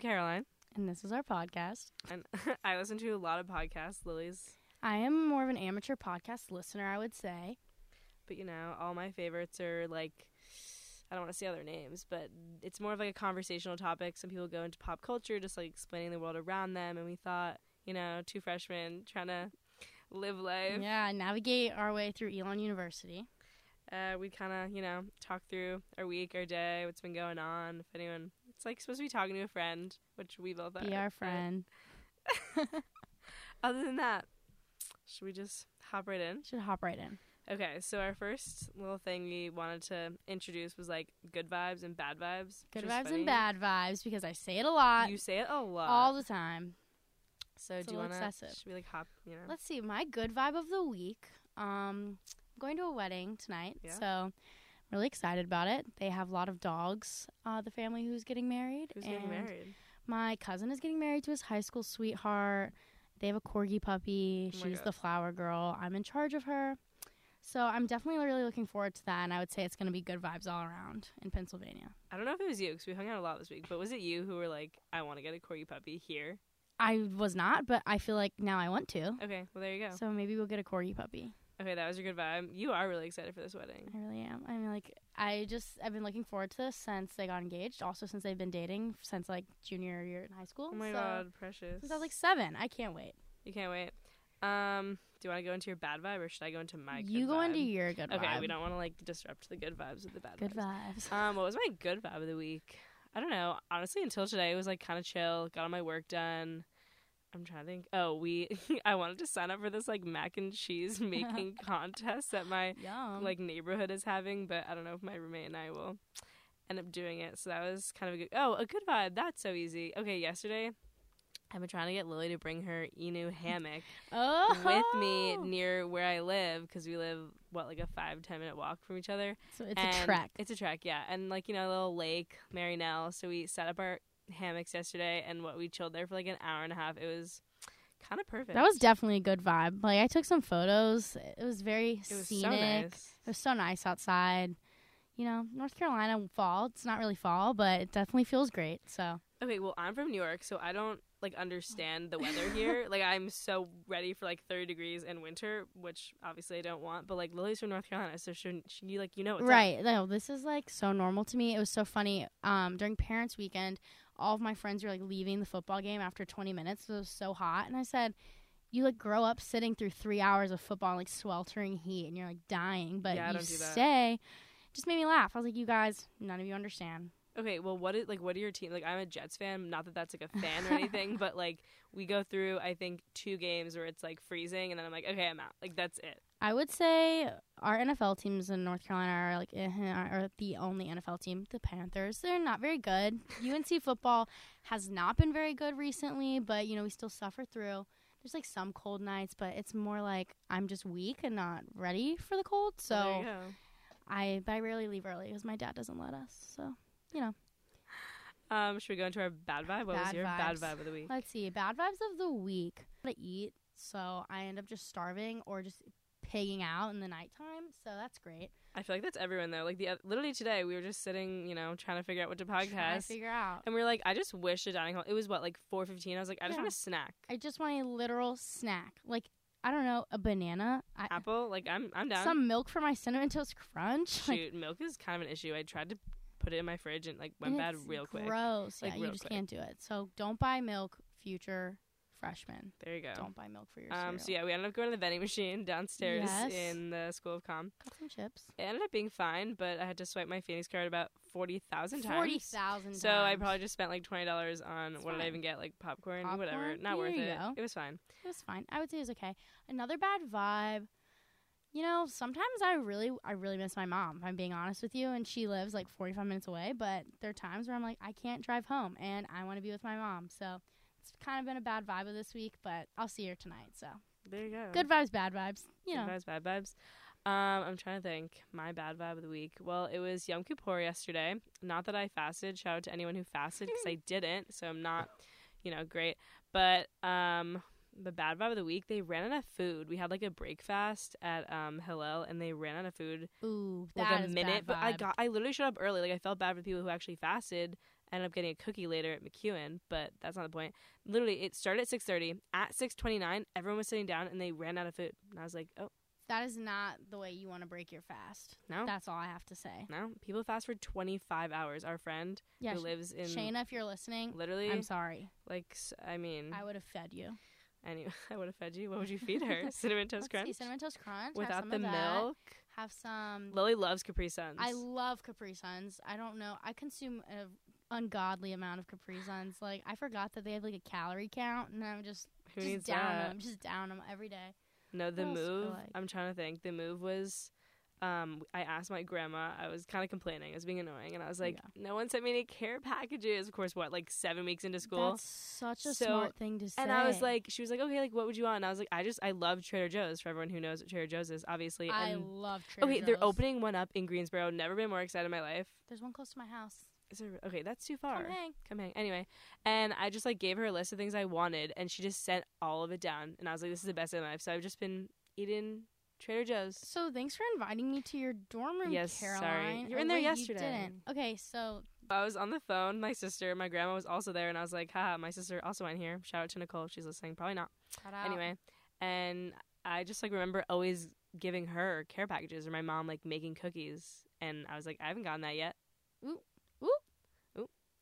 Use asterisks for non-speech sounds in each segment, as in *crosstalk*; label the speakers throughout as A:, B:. A: Caroline,
B: and this is our podcast.
A: and *laughs* I listen to a lot of podcasts, Lily's,
B: I am more of an amateur podcast listener, I would say.
A: but you know, all my favorites are like, I don't want to say other names, but it's more of like a conversational topic. Some people go into pop culture, just like explaining the world around them, and we thought, you know, two freshmen trying to live life,
B: Yeah, navigate our way through Elon University.
A: uh, we'd kind of, you know, talk through our week, our day, what's been going on. If anyone, it's like supposed to be talking to a friend, which we both are.
B: Be our
A: but
B: friend.
A: Other than that, should we just hop right in?
B: Should hop right in.
A: Okay, so our first little thing we wanted to introduce was like good vibes and bad vibes. which
B: Good
A: is
B: vibes
A: funny.
B: and bad vibes because I say it a lot,
A: You say it a lot.
B: all the time.
A: so
B: it's a
A: do
B: little
A: you want to?
B: excessive.
A: Should we like hop? You know.
B: Let's see, my good vibe of the week. Um, I'm going to a wedding tonight,
A: Yeah.
B: so I'm really excited about it. They have a lot of dogs. Uh, the family who's getting married.
A: Who's getting
B: and
A: married?
B: My cousin is getting married to his high school sweetheart. They have a corgi puppy.
A: Oh my
B: She's
A: God.
B: the flower girl. I'm in charge of her. So I'm definitely really looking forward to that. And I would say it's going to be good vibes all around in Pennsylvania.
A: I don't know if it was you because we hung out a lot this week, but was it you who were like, "I want to get a corgi puppy here"?
B: I was not, but I feel like now I want to.
A: Okay, well there you go.
B: So maybe we'll get a corgi puppy.
A: Okay, that was your good vibe. You are really excited for this wedding.
B: I really am. I mean, like, I just, I've been looking forward to this since they got engaged. Also, since they've been dating since like junior year in high school.
A: Oh my
B: So,
A: god, precious.
B: Since I was like seven. I can't wait.
A: you can't wait. Um, do you want to go into your bad vibe or should I go into my?
B: you
A: good
B: go
A: vibe?
B: into your good
A: Okay,
B: vibe.
A: we don't want to like disrupt the good vibes with the bad.
B: good
A: vibes.
B: vibes.
A: Um, what was my good vibe of the week? I don't know. Honestly, until today, it was like kind of chill. Got all my work done. I'm trying to think. Oh, we. *laughs* I wanted to sign up for this like mac and cheese making contest that *laughs* my
B: Yum.
A: like neighborhood is having, but I don't know if my roommate and I will end up doing it. So that was kind of a good. Oh, a good vibe. That's so easy. Okay, yesterday. I've been trying to get Lily to bring her Inu hammock
B: oh,
A: with me near where I live because we live what like a five ten minute walk from each other.
B: So it's a
A: And-
B: trek.
A: It's a trek, yeah. And like, you know, a little lake, Marinelle. So we set up our hammocks yesterday and what we chilled there for like an hour and a half. It was kind of perfect.
B: That was definitely a good vibe. Like I took some photos. It was very
A: it was
B: scenic.
A: so nice.
B: It was so nice outside. You know, North Carolina fall. It's not really fall, but it definitely feels great. So
A: Okay, well, I'm from New York, so I don't like understand the weather
B: *laughs*
A: here. like I'm so ready for like 30 degrees and winter, which obviously I don't want, but like Lily's from North Carolina, so she, she like you know what's up.
B: right. No, this is like so normal to me. It was so funny. Um, during parents' weekend, all of my friends were like leaving the football game after 20 minutes. It was so hot, and I said. You like grow up sitting through three hours of football, in, like sweltering heat, and you're like dying, but
A: Yeah, I
B: you
A: don't do that.
B: stay. Just made me laugh. I was like, you guys, none of you understand.
A: Okay, well, what is like? What are your team? Like, I'm a Jets fan. Not that that's like a fan
B: *laughs*
A: or anything, but like we go through, I think, two games where it's like freezing, and then I'm like, okay, I'm out. Like that's it.
B: I would say our NFL teams in North Carolina are like eh, are the only NFL team. The Panthers, they're not very
A: *laughs*
B: good. UNC football has not been very good recently, but you know we still suffer through. There's like some cold nights, but it's more like I'm just weak and not ready for the cold.
A: There you
B: So
A: go.
B: I but I rarely leave early because my dad doesn't let us. So
A: Um, should we go into our bad vibe? What was
B: Bad
A: your bad
B: vibes.
A: vibe of the week?
B: let's see. Bad vibes of the week. I gotta eat, so I end up just starving or just pigging out in the nighttime. So that's great.
A: I feel like that's everyone though. Like the oth- literally today, we were just sitting, you know, trying to figure out what to
B: Try to
A: podcast,
B: figure out.
A: and we are like, I just wish the dining hall. It was what like 4:15. I was like, I just
B: Yeah.
A: want a snack.
B: I just want a literal snack. Like I don't know, a banana, I,
A: Apple. Like I'm, I'm down.
B: some milk for my cinnamon toast crunch. Like,
A: Shoot, milk is kind of an issue. I tried to put it in my fridge and like went
B: and
A: bad
B: it's
A: real quick.
B: Gross.
A: Like,
B: yeah, you
A: real
B: just
A: quick.
B: can't do it. So don't buy milk, future freshmen.
A: There you go.
B: Don't buy milk for your cereal.
A: Um, so yeah, we ended up going to the vending machine downstairs
B: Yes.
A: in the School of Com.
B: Got some chips.
A: It ended up being fine, but I had to swipe my Phoenix card about forty thousand times.
B: Forty thousand.
A: So I probably just spent like twenty dollars on
B: It's
A: what did I
B: fine.
A: even get? Like popcorn, whatever.
B: Popcorn?
A: Not worth
B: There you
A: it.
B: go.
A: It was fine.
B: It was fine. I would say it was okay. Another bad vibe. You know, sometimes I really, I really miss my mom. If I'm being honest with you, and she lives like 45 minutes away. But there are times where I'm like, I can't drive home, and I want to be with my mom. So it's kind of been a bad vibe of this week. But I'll see her tonight. So
A: There you go.
B: good vibes, bad vibes. You know,
A: Good vibes, bad vibes. Um, I'm trying to think. My bad vibe of the week. Well, it was Yom Kippur yesterday. Not that I fasted. Shout out to anyone who fasted
B: *laughs*
A: because I didn't, so I'm not, you know, great. But um, the bad vibe of the week. They ran out of food. We had like a break fast at um Hillel, and they ran out of food
B: ooh,
A: like
B: that
A: a
B: is Bad
A: minute. But I
B: vibe.
A: got. I literally showed up early. Like I felt bad for the people who actually fasted, I ended up getting a cookie later at McEwen, but that's not the point. Literally, it started at 6:30. At 6:29, everyone was sitting down and they ran out of food. And I was like, "Oh,
B: That is not the way you want to break your fast.
A: No.
B: That's all I have to say.
A: no. People fast for 25 hours." Our friend
B: Yeah,
A: who
B: Sh-
A: lives in
B: Shayna, if you're listening,
A: literally
B: I'm sorry.
A: like s- I mean,
B: I would have fed you.
A: *laughs* anyway, I would have fed you. What would you feed her? Cinnamon
B: *laughs*
A: toast
B: Let's
A: crunch
B: see, Cinnamon Toast Crunch. have
A: without
B: some
A: the
B: of that.
A: milk.
B: Have some.
A: Lily loves Capri Suns.
B: I love Capri Suns. I don't know. I consume an ungodly amount of Capri Suns. Like I forgot that they have like a calorie count, and I'm just
A: Who
B: just
A: needs
B: down
A: that?
B: them. Just down them every day.
A: No, the
B: else do I
A: move.
B: like?
A: I'm trying to think. The move was. Um, I asked my grandma. I was kind of complaining. I was being annoying, and I was like, "No one sent me any care packages." Of course, what like seven weeks into school,
B: That's such a
A: So-
B: smart thing to say.
A: and I was like, "She was like, okay, like what would you want?" And I was like, "I just I love Trader Joe's." For everyone who knows what Trader Joe's is, obviously.
B: I
A: and
B: love Trader
A: okay, they're
B: Joe's.
A: opening one up in Greensboro. Never been more excited in my life.
B: There's one close to my house.
A: Is there, okay, that's too far.
B: Come hang.
A: Come hang. Anyway, and I just like gave her a list of things I wanted, and she just sent all of it down. And I was like, "This is the best day of my life." So I've just been eating Trader Joe's.
B: So thanks for inviting me to your dorm room,
A: Yes, sorry.
B: Caroline.
A: You were
B: Oh,
A: in there
B: wait,
A: yesterday.
B: You didn't. Okay, so
A: I was on the phone. My sister, my grandma was also there, and I was like, "Haha, my sister also in here." Shout out to Nicole. if She's listening. Probably not.
B: shout out.
A: Anyway, and I just like remember always giving her care packages or my mom like making cookies, and I was like, "I haven't gotten that yet."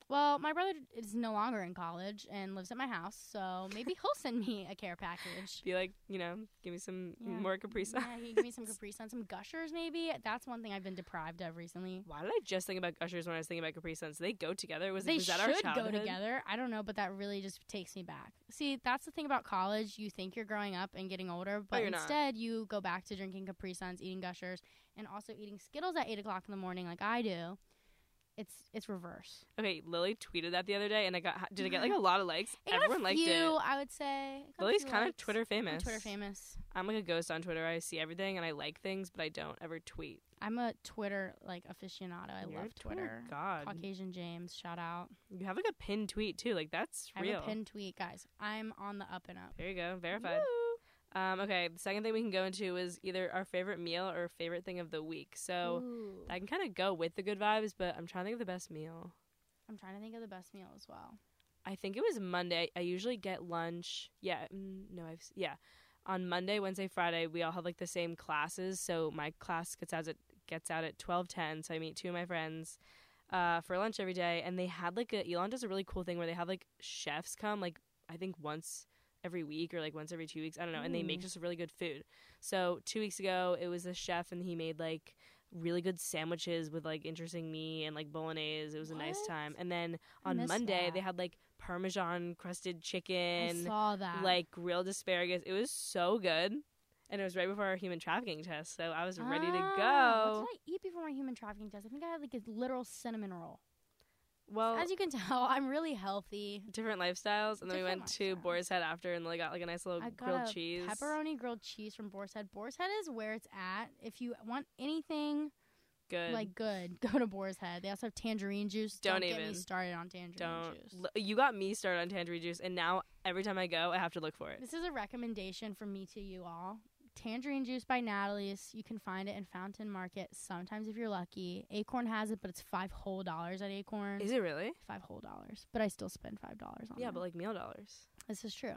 B: Well, my brother is no longer in college and lives at my house, so maybe *laughs* he'll send me a care package.
A: Be like, you know, give me some
B: Yeah.
A: more Capri Sun.
B: Yeah, you give me some Capri Sun, some Gushers maybe. That's one thing I've been deprived of recently.
A: Why did I just think about Gushers when I was thinking about Capri Suns? Do They go together. Was
B: they
A: was that our
B: should go
A: childhood?
B: together. I don't know, but that really just takes me back. See, that's the thing about college. You think you're growing up and getting older, but
A: Oh, you're not.
B: instead you go back to drinking Capri Suns, eating Gushers, and also eating Skittles at eight o'clock in the morning, like I do. It's it's reverse.
A: Okay, Lily tweeted that the other day, and I got did I get
B: *gasps*
A: like a lot of likes?
B: It got
A: Everyone
B: a
A: liked
B: few,
A: it.
B: I would say. It got a
A: Lily's
B: few
A: kind of
B: likes.
A: Twitter
B: I'm
A: famous.
B: Twitter famous.
A: I'm like a ghost on Twitter. I see everything and I like things, but I don't ever tweet.
B: I'm a Twitter like aficionado. I
A: You're a
B: love Twitter.
A: God,
B: Caucasian James, shout out.
A: you have like a pinned tweet too. Like that's
B: I
A: real.
B: have a pinned tweet, guys. I'm on the up and up.
A: there you go, verified. Um, okay, the second thing we can go into is either our favorite meal or favorite thing of the week. So
B: Ooh.
A: I can kind of go with the good vibes, but I'm trying to think of the best meal.
B: I'm trying to think of the best meal as well.
A: I think it was Monday. I usually get lunch. Yeah, mm, no, I've s- yeah. On Monday, Wednesday, Friday, we all have like the same classes. So my class gets out at gets out at twelve ten. So I meet two of my friends uh, for lunch every day, and they had like a Elon does a really cool thing where they have like chefs come like I think once every week or like once every two weeks. I don't know, and they make
B: Ooh.
A: just really good food. So two weeks ago, it was this chef, and he made like really good sandwiches with like interesting meat and like bolognese. It was a nice
B: What?
A: time, and then
B: I
A: on
B: missed
A: Monday
B: that.
A: they had like parmesan crusted
B: I
A: chicken
B: saw that.
A: like grilled asparagus it was so good and it was right before our human trafficking test so i was ready to
B: Ah,
A: go
B: What did I eat before my human trafficking test? I think I had like a literal cinnamon roll.
A: well
B: As you can tell, I'm really healthy.
A: different lifestyles and then we
B: Different
A: went to
B: lifestyles.
A: boar's head after and like got like a nice little
B: I got
A: grilled
B: a
A: cheese
B: Pepperoni grilled cheese from Boar's Head. Boar's Head is where it's at. If you want anything
A: good
B: like good, *laughs* go to Boar's Head. They also have tangerine juice.
A: Don't
B: get me
A: even.
B: started on tangerine
A: don't
B: juice.
A: l- you got me started on tangerine juice and now every time i go i have to look for it
B: This is a recommendation from me to you all. Tangerine juice by Natalie's. You can find it in Fountain Market. Sometimes, if you're lucky, Acorn has it, but it's five whole dollars at Acorn.
A: is it really
B: five whole dollars? But I still spend five dollars on it.
A: yeah but like meal dollars
B: this is true.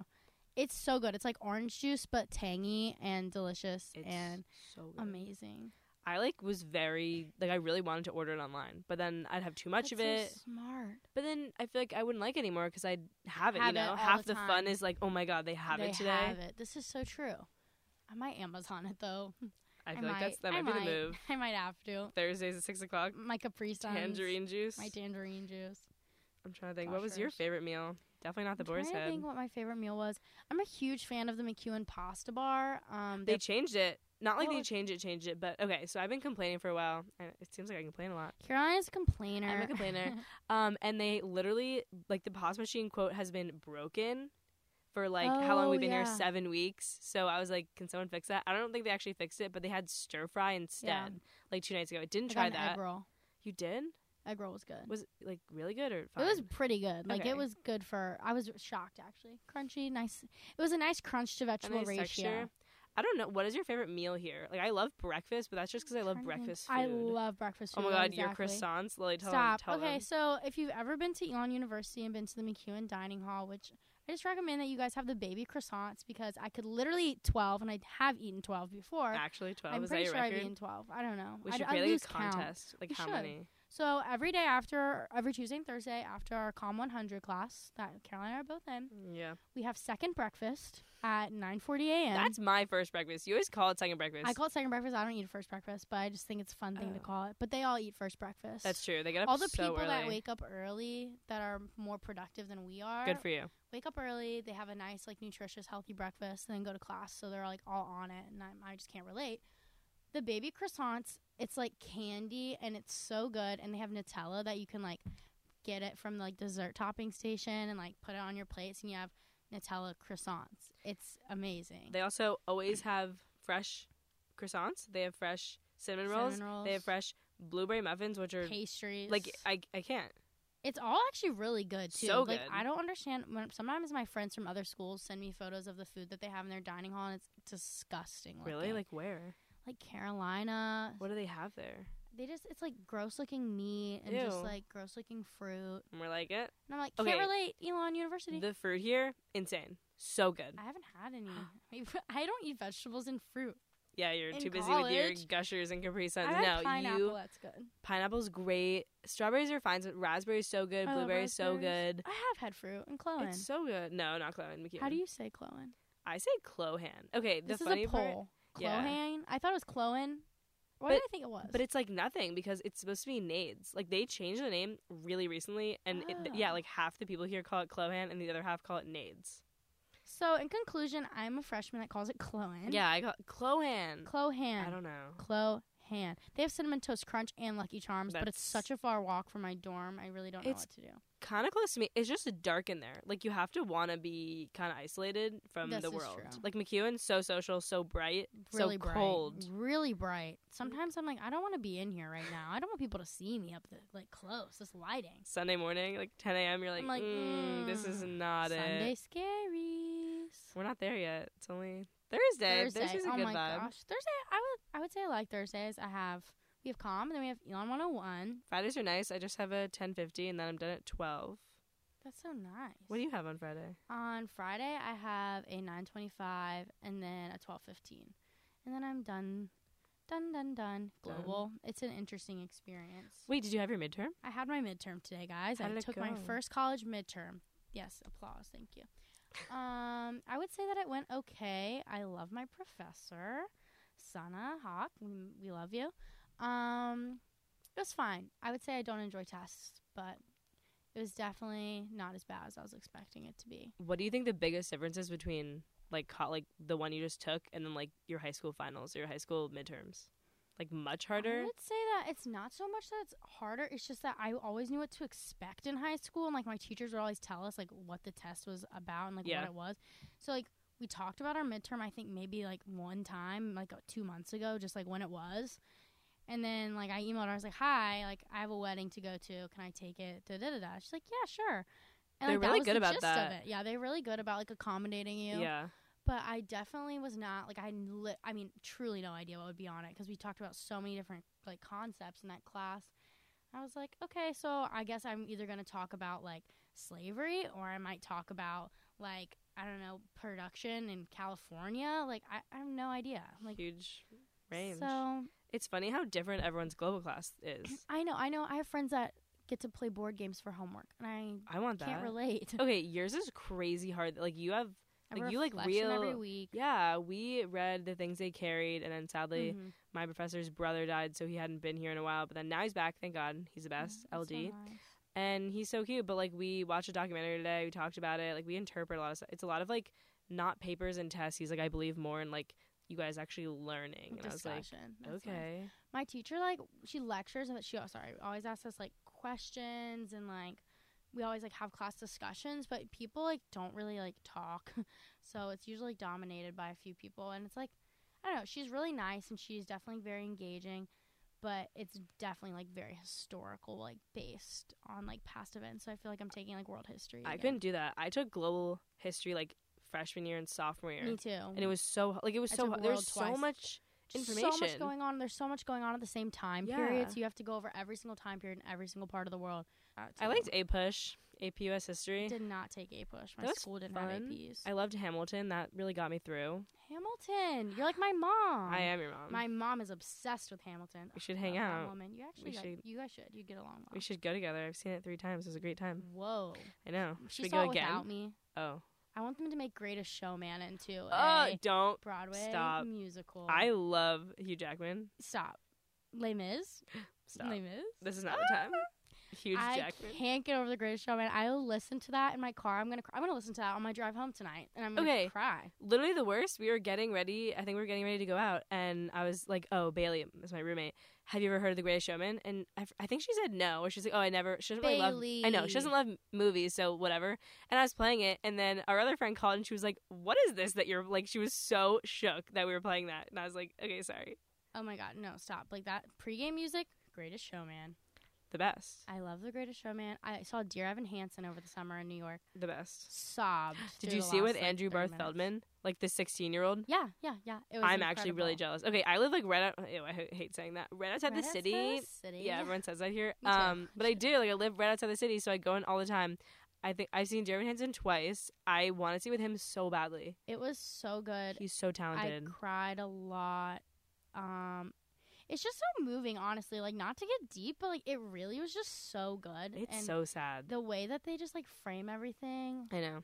B: It's so good. It's like orange juice, but tangy and delicious
A: it's
B: and um,
A: so good.
B: amazing.
A: i like was very like i really wanted to order it online but then i'd have too
B: That's
A: much of
B: so
A: it
B: smart.
A: But then I feel like I wouldn't like it anymore because I'd have it,
B: Have it
A: you know?
B: all
A: Half
B: the
A: the,
B: time.
A: fun is like, oh my God, they have
B: they
A: it today.
B: have it. This is so true. I might Amazon it though.
A: I feel
B: might.
A: like that's, that might,
B: I
A: be the move.
B: *laughs* I might have to.
A: Thursdays at 6 o'clock,
B: My Capri Suns.
A: tangerine juice.
B: My tangerine juice.
A: I'm trying to think. What was your
B: Gushers.
A: favorite meal? Definitely not the boar's
B: I'm trying to
A: head.
B: think what my favorite meal was. I'm a huge fan of the McEwen Pasta Bar. Um,
A: They
B: they're-
A: changed it. Not like
B: Well,
A: they
B: it's-
A: changed it, changed it, but okay, so I've been complaining for a while. and It seems like I complain a lot.
B: Caroline is a complainer.
A: I'm a complainer. Um, and they literally, like, the pause machine quote has been broken for like how long
B: Oh,
A: we've been
B: yeah.
A: here? Seven weeks. So I was like, can someone fix that? I don't think they actually fixed it, but they had stir fry instead, like two nights ago. I
B: *laughs*
A: didn't
B: I got
A: try
B: an
A: that.
B: Egg roll.
A: You did?
B: Egg roll was good.
A: Was it like really good or fine?
B: It was pretty good. Like
A: Okay.
B: it was good for. I was shocked actually. Crunchy, nice. It was a nice crunch to
A: a
B: vegetable
A: nice
B: ratio.
A: texture. I don't know. What is your favorite meal here? Like, I love breakfast, but that's just because I love
B: Trying to think.
A: breakfast
B: I
A: food.
B: love breakfast
A: Oh
B: food.
A: my god, your
B: exactly.
A: croissants, Lily. Tell
B: Stop.
A: them. Tell
B: okay,
A: them.
B: so if you've ever been to Elon University and been to the McEwen Dining Hall, which I just recommend that you guys have the baby croissants because I could literally eat 12, and I have eaten 12 before.
A: Actually, 12
B: I'm
A: is that
B: pretty
A: your
B: sure I've
A: record?
B: eaten 12. I don't know.
A: we
B: I,
A: should
B: I
A: create like
B: lose
A: a
B: count.
A: contest. Like,
B: We
A: how
B: should.
A: many?
B: So every day after, every Tuesday and Thursday after our Calm 100 class that Caroline and I are both in,
A: Yeah.
B: we have second breakfast at 9:40 a.m.
A: That's my first breakfast. You always call it second breakfast.
B: I call it second breakfast. I don't eat a first breakfast, but I just think it's a fun thing to
A: Oh.
B: call it. But they all eat first breakfast.
A: That's true. They get up
B: All the
A: so
B: people
A: early.
B: that wake up early that are more productive than we are
A: Good for you.
B: wake up early. They have a nice, like, nutritious, healthy breakfast, and then go to class. So they're like all on it, and I'm, I just can't relate. The baby croissants, it's like candy, and it's so good. And they have Nutella that you can like get it from like dessert topping station and like put it on your plates, and you have Nutella croissants. It's amazing.
A: They also always have fresh croissants. They have fresh cinnamon rolls.
B: Cinnamon rolls,
A: They have fresh blueberry muffins, which are
B: pastries.
A: like I I can't.
B: Oh It's all actually really good too.
A: So
B: like
A: good.
B: I don't understand. When, sometimes my friends from other schools send me photos of the food that they have in their dining hall, and it's disgusting.
A: Really?
B: looking.
A: Like where?
B: like Carolina.
A: What do they have there?
B: They just it's like gross looking meat and
A: Ew.
B: just like gross looking fruit.
A: And we're like it.
B: And I'm like can't
A: Okay.
B: relate. Elon University.
A: The fruit here, insane. So good.
B: I haven't had any. *laughs* Maybe- I don't eat vegetables and fruit.
A: Yeah, you're
B: In
A: too busy with your
B: college-
A: gushers and Capri
B: I
A: Suns.
B: had
A: Uh, No,
B: pineapple.
A: you
B: that's good.
A: pineapple's great. Strawberries are fine. so- Raspberries so good.
B: I love
A: Blueberries so
B: raspberries.
A: good.
B: I have had fruit and cloen.
A: It's so good. No, not Chloe.
B: How do you say cloen?
A: I say Clohan. Okay, the
B: This is
A: funny
B: a
A: part,
B: poll.
A: Yeah.
B: Clohan. I thought it was cloen. What did I think it was?
A: but it's like nothing because it's supposed to be Nades. Like they changed the name really recently, and it, th- yeah,
B: Oh.
A: like half the people here call it Clohan, and the other half call it Nades.
B: So, in conclusion, I'm a freshman that calls it Clohan.
A: Yeah, I call Clohan.
B: Clohan.
A: I don't know.
B: Clohan. They have Cinnamon Toast Crunch and Lucky Charms, but it's
A: That's-
B: such a far walk from my dorm. I really don't know
A: It's-
B: what to do.
A: Kind of close to me. It's just dark in there. Like you have to want to be kind of isolated from
B: This
A: the
B: is
A: world.
B: true.
A: Like McEwen, so social, so bright,
B: Really
A: so
B: bright.
A: cold.
B: Really bright. Sometimes I'm like, I don't want to be in here right now. I don't want people to see me up the, like close. This lighting.
A: Sunday morning, like 10 a.m. You're like,
B: I'm like,
A: mm, this
B: mm,
A: is not
B: Sunday
A: it.
B: scaries.
A: We're not there yet. It's only Thursday. Thursday's a
B: oh
A: good
B: my
A: vibe.
B: gosh. Thursday. I would. I would say I like Thursdays. I have. We have calm, and then we have Elon 101.
A: Fridays are nice. I just have a 10:50 and then I'm done at 12.
B: That's so nice.
A: What do you have on Friday?
B: On Friday, I have a 9:25 and then a 12:15, and then I'm done, done, done, done. Global. It's an interesting experience.
A: Wait, did you have your midterm?
B: I had my midterm today, guys.
A: How
B: I
A: did it
B: took my
A: go?
B: first college midterm. Yes, applause. Thank
A: *laughs*
B: you. Um, I would say that it went okay. I love my professor, Sana Hawk. We, we love you. Um, it was fine. I would say I don't enjoy tests, but it was definitely not as bad as I was expecting it to be.
A: What do you think the biggest difference is between like co- like the one you just took and then like your high school finals or your high school midterms? Like much
B: I
A: harder?
B: would say that it's not so much that it's harder. It's just that I always knew what to expect in high school, and like my teachers would always tell us like what the test was about and like
A: Yeah.
B: what it was. So like we talked about our midterm, I think maybe like one time, like uh, two months ago, just like when it was. And then like I emailed her, I was like, "Hi, like I have a wedding to go to. Can I take it?" Da da da da. She's like, "Yeah, sure." And,
A: They're
B: like, that
A: really
B: was
A: good
B: the
A: about
B: gist
A: that.
B: Of it. Yeah, they're really good about like accommodating you
A: Yeah.
B: but I definitely was not like I li- I mean truly no idea what would be on it because we talked about so many different like concepts in that class. I was like, okay, so I guess I'm either going to talk about like slavery or I might talk about like I don't know production in California. Like I, I have no idea. Like
A: Huge range.
B: so
A: It's funny how different everyone's global class
B: *clears throat*
A: is.
B: I know I know I have friends that get to play board games for homework and I
A: I want
B: can't
A: that.
B: relate. *laughs*
A: Okay, yours is crazy hard. Like you have
B: I
A: Like,
B: have a
A: you, like,
B: reflection every
A: real-
B: week.
A: yeah, we read the things they carried and then sadly
B: Mhm.
A: my professor's brother died so he hadn't been here in a while, but then now he's back, thank God. He's the best.
B: Mm-hmm. That's
A: LD.
B: so nice.
A: and he's so cute. But like we watched a documentary today, we talked about it. Like we interpret a lot of stuff. It's a lot of like not papers and tests. He's like, I believe more in like you guys actually learning. And I was
B: Discussion.
A: like,
B: That's nice.
A: okay,
B: my teacher like she lectures and she oh, sorry always asks us like questions and like we always like have class discussions but people like don't really like talk *laughs* so it's usually dominated by a few people and it's like i don't know she's really nice and she's definitely very engaging but it's definitely like very historical like based on like past events so i feel like i'm taking like world history
A: I
B: again.
A: couldn't do that. I took global history like freshman year and sophomore year.
B: Me too.
A: And it was so like it was
B: I
A: so
B: took
A: there
B: world
A: was so
B: twice.
A: much
B: So much
A: information.
B: going on. There's so much going on at the same time
A: Yeah.
B: period. So you have to go over every single time period in every single part of the world.
A: I liked A Push, AP US History.
B: Did not take A push. My
A: That was
B: school didn't have
A: fun.
B: APs.
A: I loved Hamilton. That really got me through.
B: Hamilton. You're like my mom.
A: I am your mom.
B: My Oh, mom is obsessed with Hamilton.
A: We should
B: I
A: hang
B: love that
A: out.
B: Woman, you actually, got-
A: should-
B: you guys should. You get along. Well.
A: we should go together. I've seen it three times. It was a great time.
B: Whoa.
A: I know.
B: She
A: Should we
B: saw
A: go
B: it
A: again?
B: without me.
A: Oh.
B: I want them to make Greatest Showman into
A: Oh,
B: a
A: don't.
B: Broadway
A: stop.
B: musical.
A: I love Hugh Jackman.
B: stop. Les Mis.
A: Stop.
B: Les Mis.
A: This is not the *laughs* time. Huge
B: I
A: Jackman.
B: can't get over the Greatest Showman. I'll listen to that in my car. I'm gonna. Cry. I'm gonna listen to that on my drive home tonight, and I'm gonna
A: Okay.
B: cry.
A: Literally the worst. We were getting ready. I think we were getting ready to go out, and I was like, "Oh, Bailey is my roommate. Have you ever heard of The Greatest Showman?" And I, f- I think she said no, or she's like, "Oh, I never." She doesn't really love. I know she doesn't love m- movies, so whatever. And I was playing it, and then our other friend called, and she was like, "What is this that you're like?" She was so shook that we were playing that, and I was like, "Okay, sorry."
B: Oh my god, no, stop! Like that pregame music. Greatest Showman.
A: The best.
B: I love the Greatest Showman. I saw Dear Evan Hansen over the summer in New York.
A: The best.
B: Sobbed.
A: *gasps* Did
B: through
A: you
B: the
A: see it
B: last,
A: with
B: like,
A: Andrew
B: 30
A: Barth
B: minutes.
A: Feldman, like the sixteen-year-old?
B: Yeah, yeah, yeah. It was
A: I'm actually really
B: incredible.
A: jealous. Okay, I live like right out. Ew, I h- hate saying that. Right outside
B: Right
A: the
B: outside
A: city.
B: the city.
A: Yeah, everyone says that here.
B: Me too.
A: Um, but I do. Like I live right outside the city, so I go in all the time. I think I've seen Jeremy Hansen twice. I want to see with him so badly.
B: It was so good.
A: He's so
B: I
A: talented.
B: cried a lot. Um, it's just so moving, honestly. Like not to get deep, but like it really was just so good.
A: it's
B: and
A: so sad.
B: the way that they just like frame everything.
A: I know.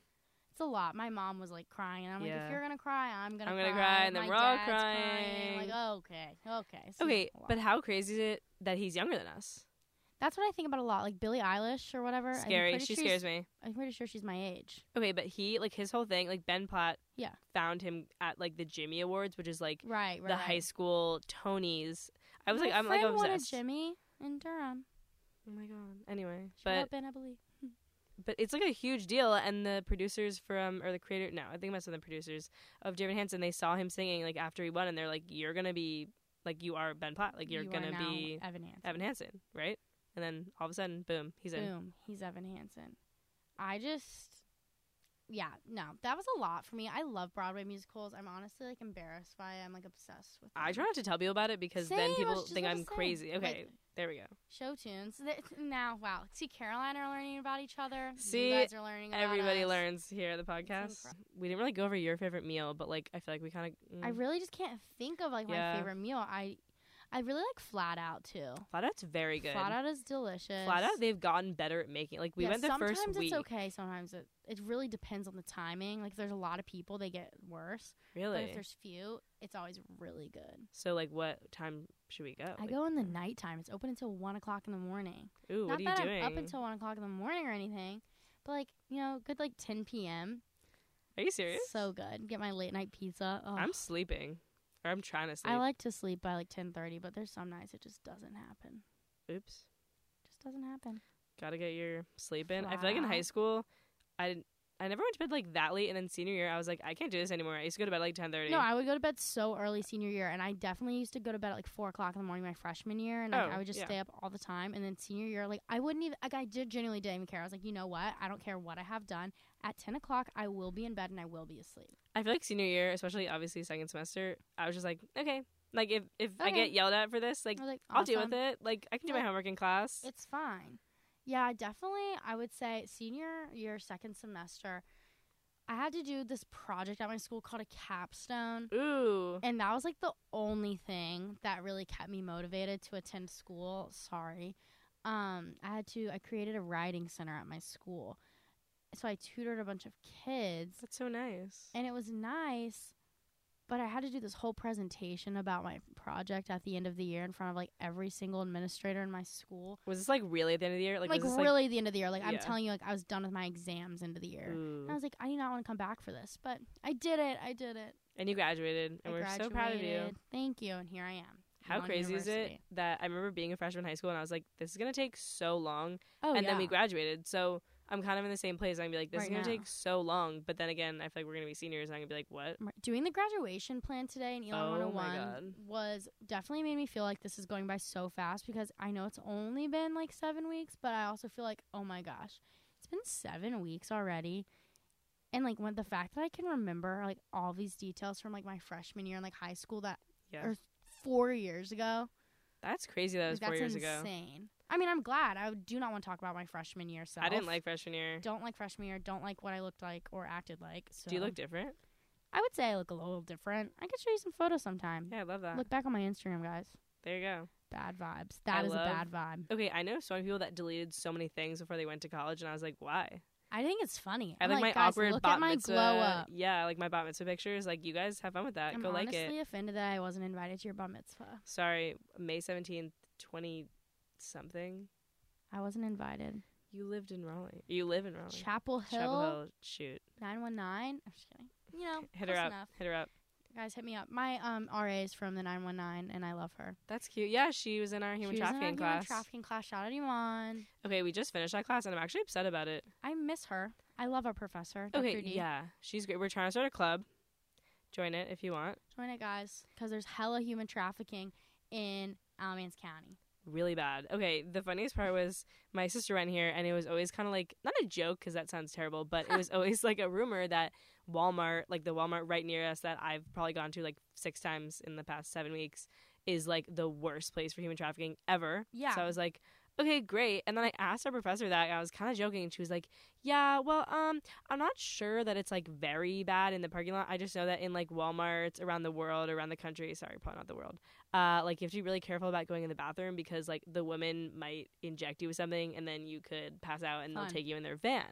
B: It's a lot. My mom was like crying, and I'm like,
A: Yeah.
B: if you're gonna cry, I'm gonna.
A: I'm gonna cry, and then
B: My
A: we're all
B: dad's crying.
A: crying.
B: Like okay, okay, this is
A: Okay,
B: a lot.
A: but how crazy is it that he's younger than us?
B: that's what I think about a lot. Like Billie Eilish or whatever.
A: Scary.
B: I'm pretty
A: She
B: sure
A: scares
B: she's-
A: me.
B: I'm pretty sure she's my age.
A: Okay, but he like his whole thing like Ben Platt.
B: Yeah.
A: Found him at like the Jimmy Awards, which is like
B: Right, right.
A: the
B: right.
A: high school Tonys. I was
B: My
A: like, I'm like
B: friend won a
A: obsessed.
B: Jimmy in Durham.
A: Oh my god. Anyway,
B: Shout
A: but
B: out Ben, I believe.
A: but it's like a huge deal and the producers from or the creator no i think it must have been the producers of David hansen they saw him singing like after he won and they're like you're gonna be like you are ben platt like you're
B: You are
A: gonna
B: now
A: be
B: Evan Hansen.
A: evan hansen right and then all of a sudden boom he's in
B: Boom, he's Evan Hansen. I just, yeah, no, that was a lot for me. I love Broadway musicals. I'm honestly like embarrassed by. it. I'm like obsessed with.
A: i
B: them.
A: try not to tell people about it because then
B: Same, I
A: people
B: was just
A: think
B: about
A: i'm
B: to say,
A: crazy
B: like,
A: okay there we go
B: show tunes. Th- Now, wow. See, Caroline are learning about each other.
A: See,
B: you guys are learning. About
A: everybody
B: us.
A: learns here at the podcast
B: incredible.
A: we didn't really go over your favorite meal but like i feel like we mm, kind of
B: I really just can't think of like
A: Yeah.
B: my favorite meal. I, I really like Flat Out too.
A: flat out's very good
B: Flat Out is delicious.
A: Flat out they've gotten better at making like we
B: Yeah,
A: went the
B: sometimes
A: first week
B: it's okay. Sometimes it it really depends on the timing. Like if there's a lot of people, they get worse. But
A: really
B: if there's few, it's always really good.
A: So like, what time should we go?
B: I go in the nighttime. It's open until one o'clock in the morning.
A: Ooh,
B: Not
A: what are you
B: that
A: doing?
B: I'm up until one o'clock in the morning or anything, but like you know, good like 10 p.m.
A: are you serious?
B: So good. Get my late night pizza. Ugh.
A: I'm sleeping, or I'm trying to sleep.
B: I like to sleep by like 10:30, but there's some nights it just doesn't happen.
A: Oops,
B: Just doesn't happen.
A: gotta get your sleep in. I feel like in
B: Flat
A: high
B: out.
A: school, I didn't. I never went to bed like that late, and then senior year, I was like, I can't do this anymore. I used to go to bed like ten thirty.
B: No, I would go to bed so early senior year, and I definitely used to go to bed at like four o'clock in the morning my freshman year, and like,
A: Oh,
B: I would just
A: yeah.
B: stay up all the time. And then senior year, like I wouldn't even like I did genuinely didn't even care. I was like, you know what? I don't care what I have done. At 10 o'clock, I will be in bed and I will be asleep.
A: I feel like senior year, especially obviously second semester, I was just like, okay, like if if I
B: Okay.
A: get yelled at for this, like
B: I was like,
A: I'll deal
B: awesome.
A: with it. Like I can do my
B: Yeah.
A: homework in class.
B: It's fine. Yeah, definitely. I would say senior year, second semester, I had to do this project at my school called a capstone.
A: Ooh,
B: And that was like the only thing that really kept me motivated to attend school. Sorry. Um, I had to, I created a writing center at my school. So I tutored a bunch of kids
A: that's so nice.
B: and it was nice but i had to do this whole presentation about my project at the end of the year in front of like every single administrator in my school
A: Was this like really at the end of the year? Like,
B: like,
A: was this
B: really the end of the year like i'm
A: Yeah. Mm-hmm.
B: telling you like i was done with my exams end of the year
A: like ooh.
B: And I was like, I do not want to come back for this, but I did it. I did it.
A: And you graduated, and
B: I
A: we're so proud of you.
B: graduated. Thank you, and here I am. at
A: How
B: Elon
A: crazy is it
B: University.
A: that I remember being a freshman in high school and I was like, this is gonna take so long,
B: Oh,
A: and then
B: yeah.
A: we graduated. So I'm kind of in the same place. I'm gonna be like, this is
B: Right
A: gonna
B: now.
A: take so long, but then again, I feel like we're gonna be seniors, and I'm gonna be like, what?
B: Mar- doing the graduation plan today in Elon
A: Oh my
B: 101 was definitely made me feel like this is going by so fast because I know it's only been like seven weeks, but I also feel like, oh my gosh, it's been seven weeks already. and like when the fact that I can remember like all these details from like my freshman year in like high school that
A: Yeah.
B: or four years ago.
A: That's crazy. That was
B: like,
A: four
B: that's
A: years ago.
B: insane. I mean, I'm glad. I do not want to talk about my freshman year self.
A: I didn't like freshman year.
B: Don't like freshman year. Don't like what I looked like or acted like. So
A: Do you look different?
B: I would say I look a little different. I could show you some photos sometime.
A: Yeah, I love that.
B: Look back on my Instagram, guys.
A: There you go.
B: Bad vibes. That is
A: love-
B: a bad vibe.
A: Okay, I know so many people that deleted so many things before they went to college, and I was like, why?
B: I think it's funny.
A: I
B: I'm
A: like, my
B: guys,
A: awkward
B: look
A: bat
B: at my
A: mitzvah.
B: glow up.
A: Yeah, like my bat mitzvah pictures. Like you guys have fun with that.
B: I'm
A: Go like
B: honestly
A: it.
B: offended that I wasn't invited to your bat mitzvah.
A: Sorry, May seventeenth, twenty something.
B: I wasn't invited.
A: You lived in Raleigh. You live in Raleigh.
B: Chapel
A: Chapel
B: Hill,
A: Hill. Shoot,
B: nine one nine. I'm just kidding. You know,
A: hit her
B: close
A: up.
B: enough.
A: Hit her up.
B: Guys, hit me up. My um RA is from the nine one nine, and I love her.
A: That's cute. Yeah, she was in our human
B: She was in our
A: trafficking class.
B: Human trafficking class. Shout out to Iman.
A: okay, we just finished that class, and I'm actually upset about it.
B: I miss her. I love our professor. Dr.
A: Okay,
B: D.
A: yeah, she's great. We're trying to start a club. Join it if you want.
B: Join it, guys, because there's hella human trafficking in Alamance County.
A: really bad. Okay, the funniest part was my sister went here, and it was always kind of like not a joke because that sounds terrible, but it was
B: *laughs*
A: always like a rumor that Walmart, like the Walmart right near us that I've probably gone to like six times in the past seven weeks, is like the worst place for human trafficking ever.
B: Yeah.
A: So I was like. Okay, great. And then I asked our professor that, and I was kind of joking, and she was like, "Yeah, well, um, I'm not sure that it's like very bad in the parking lot. I just know that in like Walmart's around the world, around the country, sorry, probably not the world, uh, like you have to be really careful about going in the bathroom because like the women might inject you with something and then you could pass out and
B: Fun.
A: they'll take you in their van.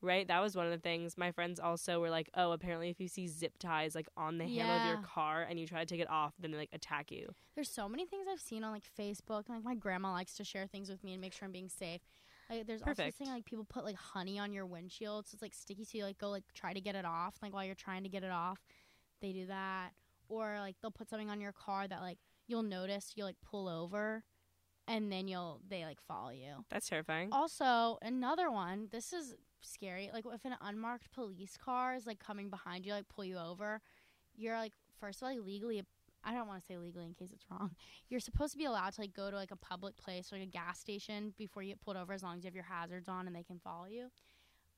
A: Right? That was one of the things. My friends also were like, Oh, apparently if you see zip ties like on the handle of
B: Yeah.
A: your car and you try to take it off, then they like attack you.
B: There's so many things I've seen on like Facebook. Like my grandma likes to share things with me and make sure I'm being safe. Like there's also this
A: Perfect.
B: thing like people put like honey on your windshield, so it's like sticky. So you like go like try to get it off. Like while you're trying to get it off, they do that. Or like they'll put something on your car that like you'll notice. You'll like pull over, and then you'll they like follow you.
A: That's terrifying.
B: Also, another one. This is scary. Like if an unmarked police car is like coming behind you, like pull you over, you're like first of all like, legally. I don't want to say legally in case it's wrong. *laughs* You're supposed to be allowed to like go to like a public place, like a gas station, before you get pulled over, as long as you have your hazards on and they can follow you.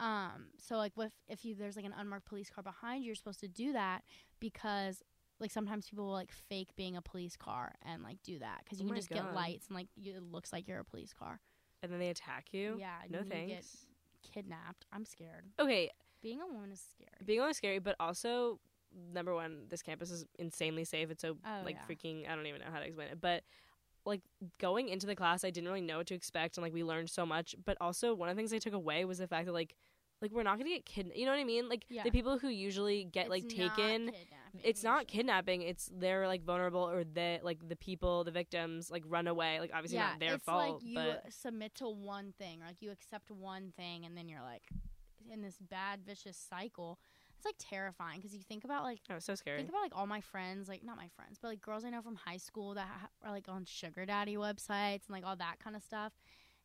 B: Um, so like with if you there's like an unmarked police car behind you, you're supposed to do that because like sometimes people will like fake being a police car and like do that because
A: Oh
B: you can
A: my
B: just get
A: God.
B: lights and like you, it looks like you're a police car.
A: And then they attack you.
B: Yeah,
A: No
B: and you get
A: thanks.
B: kidnapped. I'm scared.
A: Okay,
B: Being a woman is scary.
A: being always scary, but also number one, this campus is insanely safe. It's so
B: Oh,
A: like
B: yeah.
A: freaking I don't even know how to explain it. But like going into the class I didn't really know what to expect and like we learned so much. But also one of the things I took away was the fact that like like we're not gonna get kidnapped you know what I mean? Like
B: Yeah.
A: the people who usually get
B: It's
A: like
B: not
A: taken
B: kidnapping,
A: it's not
B: usually.
A: kidnapping, it's they're like vulnerable or they like the people, the victims, like run away. Like obviously
B: yeah,
A: not their
B: it's
A: fault.
B: like you
A: but
B: submit to one thing, or like you accept one thing, and then you're like in this bad vicious cycle. It's like terrifying because you think about like
A: oh, so scary.
B: think about like all my friends, like not my friends, but like girls I know from high school that ha- are like on sugar daddy websites and like all that kind of stuff.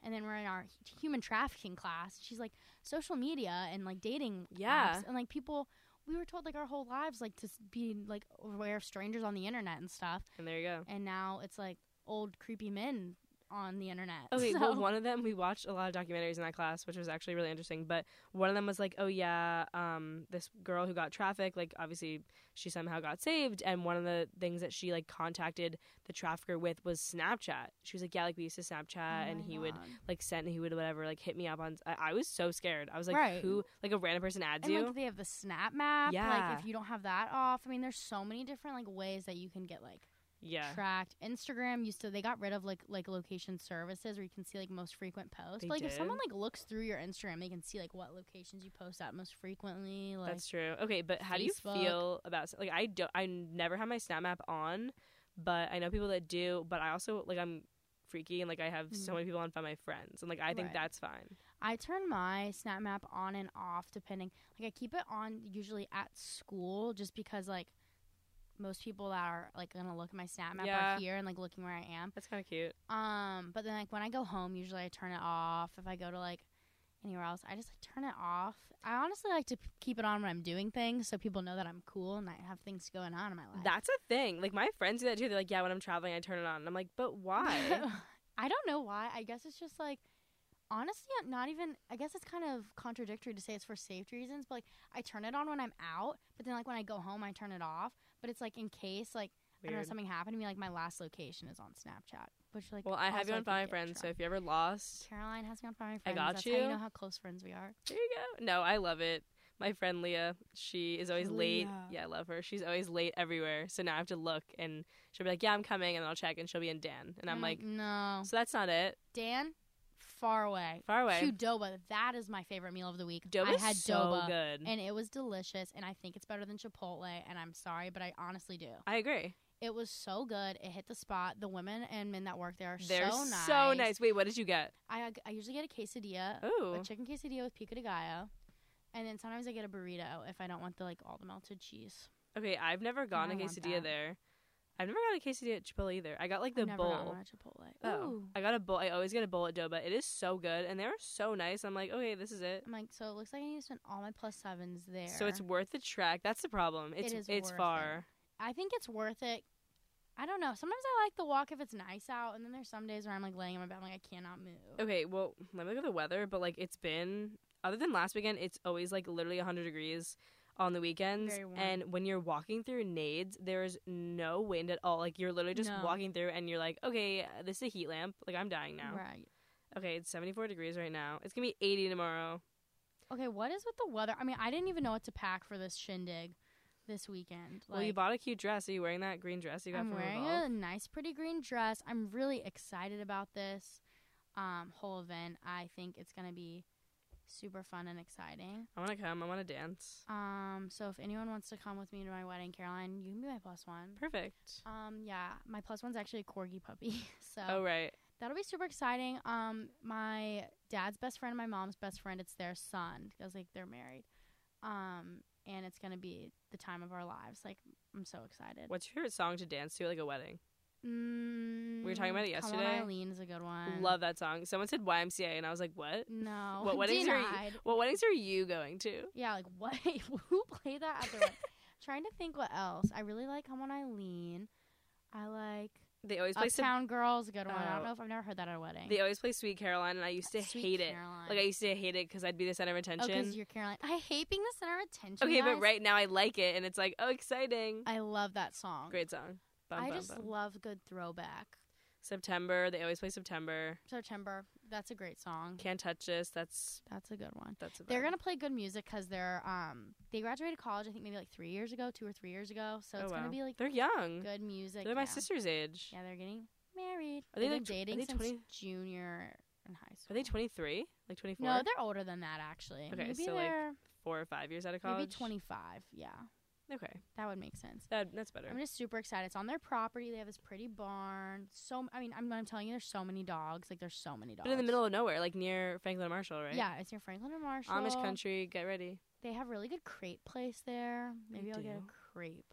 B: And then we're in our h- human trafficking class. She's like social media and like dating
A: Yeah.
B: apps and like people. We were told like our whole lives like to s- be like aware of strangers on the internet and stuff.
A: and there you go.
B: And now it's like old creepy men on the internet. *laughs*
A: Okay,
B: so,
A: well, one of them we watched a lot of documentaries in that class, which was actually really interesting. But one of them was like, "Oh yeah, um, this girl who got trafficked, like obviously she somehow got saved." And one of the things that she like contacted the trafficker with was Snapchat. She was like, "Yeah, like we used to Snapchat,
B: Oh
A: and
B: my
A: he would
B: God.
A: like send, he would whatever, like hit me up on." I, I was so scared. I was like,
B: Right.
A: "Who? Like a random person adds
B: And
A: you?"
B: like they have the snap map.
A: Yeah.
B: Like if you don't have that off, I mean, there's so many different like ways that you can get like
A: yeah,
B: tracked. Instagram used to they got rid of like like location services where you can see like most frequent posts.
A: They
B: But, like if someone
A: did?
B: like looks through your Instagram, they can see like what locations you post at most frequently. Like
A: that's true. Okay, but how do you
B: Facebook.
A: feel about like I don't? I never have my Snap map on, but I know people that do. But I also like I'm freaky and like I have so
B: Mhm.
A: many people on from my friends, and like I think
B: Right.
A: that's fine.
B: I turn my Snap Map on and off depending. Like I keep it on usually at school just because like most people that are like gonna look at my Snap Map
A: Yeah.
B: are here and like looking where I am.
A: That's kind of cute.
B: Um, but then like when I go home, usually I turn it off. If I go to like anywhere else, I just like turn it off. I honestly like to p- keep it on when I'm doing things so people know that I'm cool and I have things going on in my *laughs* life.
A: That's a thing. Like my friends do that too.
B: *laughs*
A: They're like, yeah, when I'm traveling, I turn it on. And I'm like, but why?
B: I don't know why. I guess it's just like honestly I'm not even i guess it's kind of contradictory to say it's for safety reasons but like i turn it on when i'm out but then like when i go home i turn it off but it's like in case like i don't know
A: *laughs* Weird.
B: something happened to me like my last location is on snapchat which like
A: Well, I have
B: also
A: you
B: I can
A: on Find My
B: get
A: Friends, so
B: tracked.
A: if you ever lost,
B: caroline has me on find my
A: I
B: friends
A: got
B: That's how
A: you.
B: you know how close friends we are
A: there you go. No, I love it. My friend Leah, she is always late.
B: Leah.
A: Yeah, I love her. She's always late everywhere. So now I have to look, and she'll be like, "Yeah, I'm coming," and then I'll check, and she'll be in Dan, and I'm,
B: Hmm.
A: like,
B: Mm, no
A: "So that's not it.
B: dan far away
A: Far away."
B: to doba that is my favorite meal of the week
A: Doba's
B: i had
A: so
B: doba
A: good.
B: and it was delicious and i think it's better than chipotle and i'm sorry but i honestly do
A: I agree.
B: It was so good. It hit the spot. The women and men that work there are
A: They're
B: so nice.
A: so nice. Wait, what did you get?
B: I, I usually get a quesadilla,
A: Ooh,
B: a chicken quesadilla with pico de gallo, and then sometimes I get a burrito if I don't want the like all the melted cheese.
A: Okay, I've never gotten
B: I
A: a
B: want
A: quesadilla
B: that.
A: there. I've never got a quesadilla at Chipotle either. I got like the
B: I've never gotten
A: bowl.
B: one at Chipotle.
A: Oh,
B: Ooh.
A: I got a bowl. I always get a bowl at Doba. It is so good, and they're so nice. I'm like, okay, this is it.
B: I'm like, so it looks like I need to spend all my plus sevens there.
A: So it's worth the track. That's the problem. It's
B: is
A: it's
B: worth
A: far.
B: I think it's worth it. I don't know. Sometimes I like the walk if it's nice out, and then there's some days where I'm like laying in my bed, I'm like I cannot move.
A: Okay, well, let me look at the weather. But like, it's been other than last weekend, it's always like literally 100 degrees on the weekends.
B: Very warm.
A: And when you're walking through Nades, there is no wind at all. Like you're literally just
B: No.
A: walking through, and you're like, okay, this is a heat lamp. Like I'm dying now.
B: Right.
A: Okay, it's 74 degrees right now. It's gonna be 80 tomorrow.
B: Okay. What is with the weather? I mean, I didn't even know what to pack for this shindig this weekend.
A: well, you
B: Like-
A: bought a cute dress. Are you wearing that green dress you got
B: I'm
A: from
B: wearing
A: Revolve?
B: a nice, pretty green dress. I'm really excited about this um, whole event. I think it's going to be super fun and exciting.
A: I want to come. I want to dance.
B: Um, so if anyone wants to come with me to my wedding, Caroline, you can be my plus one.
A: Perfect.
B: Um, yeah, my plus one's actually a corgi puppy, *laughs* so
A: oh right.
B: that'll be super exciting. Um, my dad's best friend and my mom's best friend, it's their son because like they're married. Um, and it's gonna be the time of our lives. Like I'm so excited.
A: What's your favorite song to dance to at, like a wedding?
B: Mm,
A: were talking about it
B: Come on,
A: yesterday.
B: Eileen is a good one.
A: Love that song. Someone said YMCA, and I was like, what?
B: No.
A: *laughs* What weddings are you-
B: denied.
A: What weddings are you going to?
B: Yeah, like *laughs* what? Who played that at the
A: *laughs*
B: wedding? Trying to think what else. I really like Come On Eileen. I like
A: They always play. Sub-
B: Uptown Girls. A good one. I
A: Oh.
B: don't know if I've never heard that at a wedding.
A: they always play Sweet Caroline, and I used to
B: Sweet
A: hate
B: Caroline.
A: it. Like I used to hate it because I'd be the center of
B: oh, because
A: attention.
B: you're Caroline. I hate being the center of attention.
A: okay, but
B: guys.
A: right now I like it, and it's like, oh, exciting.
B: I love that song.
A: Great song. Bum,
B: I
A: bum,
B: just
A: bum.
B: love good throwback.
A: September. They always play September.
B: September. That's a great song.
A: Can't touch this. That's
B: That's a good one.
A: that's. A
B: They're
A: vibe.
B: gonna play good music because they're um they graduated college I think maybe like three years ago, two or three years ago. So
A: Oh,
B: it's
A: wow.
B: gonna be like
A: They're young.
B: good music.
A: They're my
B: yeah.
A: sister's age.
B: Yeah, they're getting married.
A: Are they,
B: They've been
A: like, tw- are
B: dating
A: they
B: since
A: 20?
B: junior in high school?
A: Are they 23? Like 24?
B: No, they're older than that actually.
A: Okay,
B: maybe
A: so, like,
B: they're
A: four or five years out of college.
B: maybe twenty five. Yeah,
A: Okay,
B: that would make sense.
A: that that's better.
B: I'm just super excited. It's on their property. They have this pretty barn. So I mean, I'm, I'm telling you, there's so many dogs. Like there's so many dogs.
A: But in the middle of nowhere, like near Franklin and Marshall, right?
B: Yeah, it's near Franklin and Marshall.
A: Amish country. Get ready.
B: They have really good crepe place there.
A: They
B: Maybe I'll get
A: do.
B: a crepe.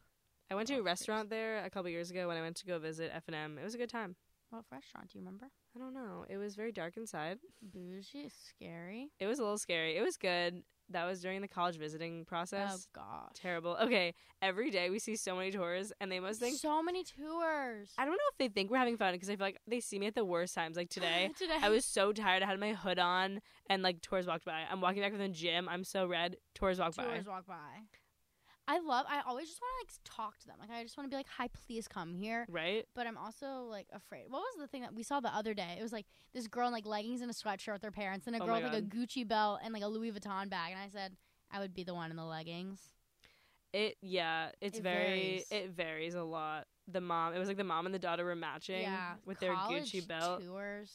A: I went to a
B: Love grapes.
A: restaurant there a couple years ago when I went to go visit F and M. It was a good time.
B: What restaurant do you remember?
A: I don't know. It was very dark inside.
B: Bougie, scary.
A: It was a little scary. It was good. That was during the college visiting
B: Oh
A: process.
B: gosh.
A: Terrible. Okay, every day we see so many tourists, and they must think.
B: so many tours.
A: I don't know if they think we're having fun because I feel like they see me at the worst times.
B: *laughs*
A: Like today,
B: today.
A: I was so tired. I had my hood on, and like tours walked by. I'm walking back from the gym. I'm so red. Tours walked by.
B: tours walk by. I love. I always just want to like talk to them. Like I just want to be like, "Hi, please come here."
A: Right?
B: But I'm also like afraid. What was the thing that we saw the other day? It was like this girl in like leggings and a sweatshirt with her parents, and a
A: Oh
B: girl
A: my
B: with like a Gucci belt and like a Louis Vuitton bag. And I said, "I would be the one in the leggings."
A: It yeah. It's
B: It
A: very.
B: varies.
A: It varies a lot. The mom. It was like the mom and the daughter were matching
B: yeah,
A: with their
B: college
A: Gucci belt.
B: tours.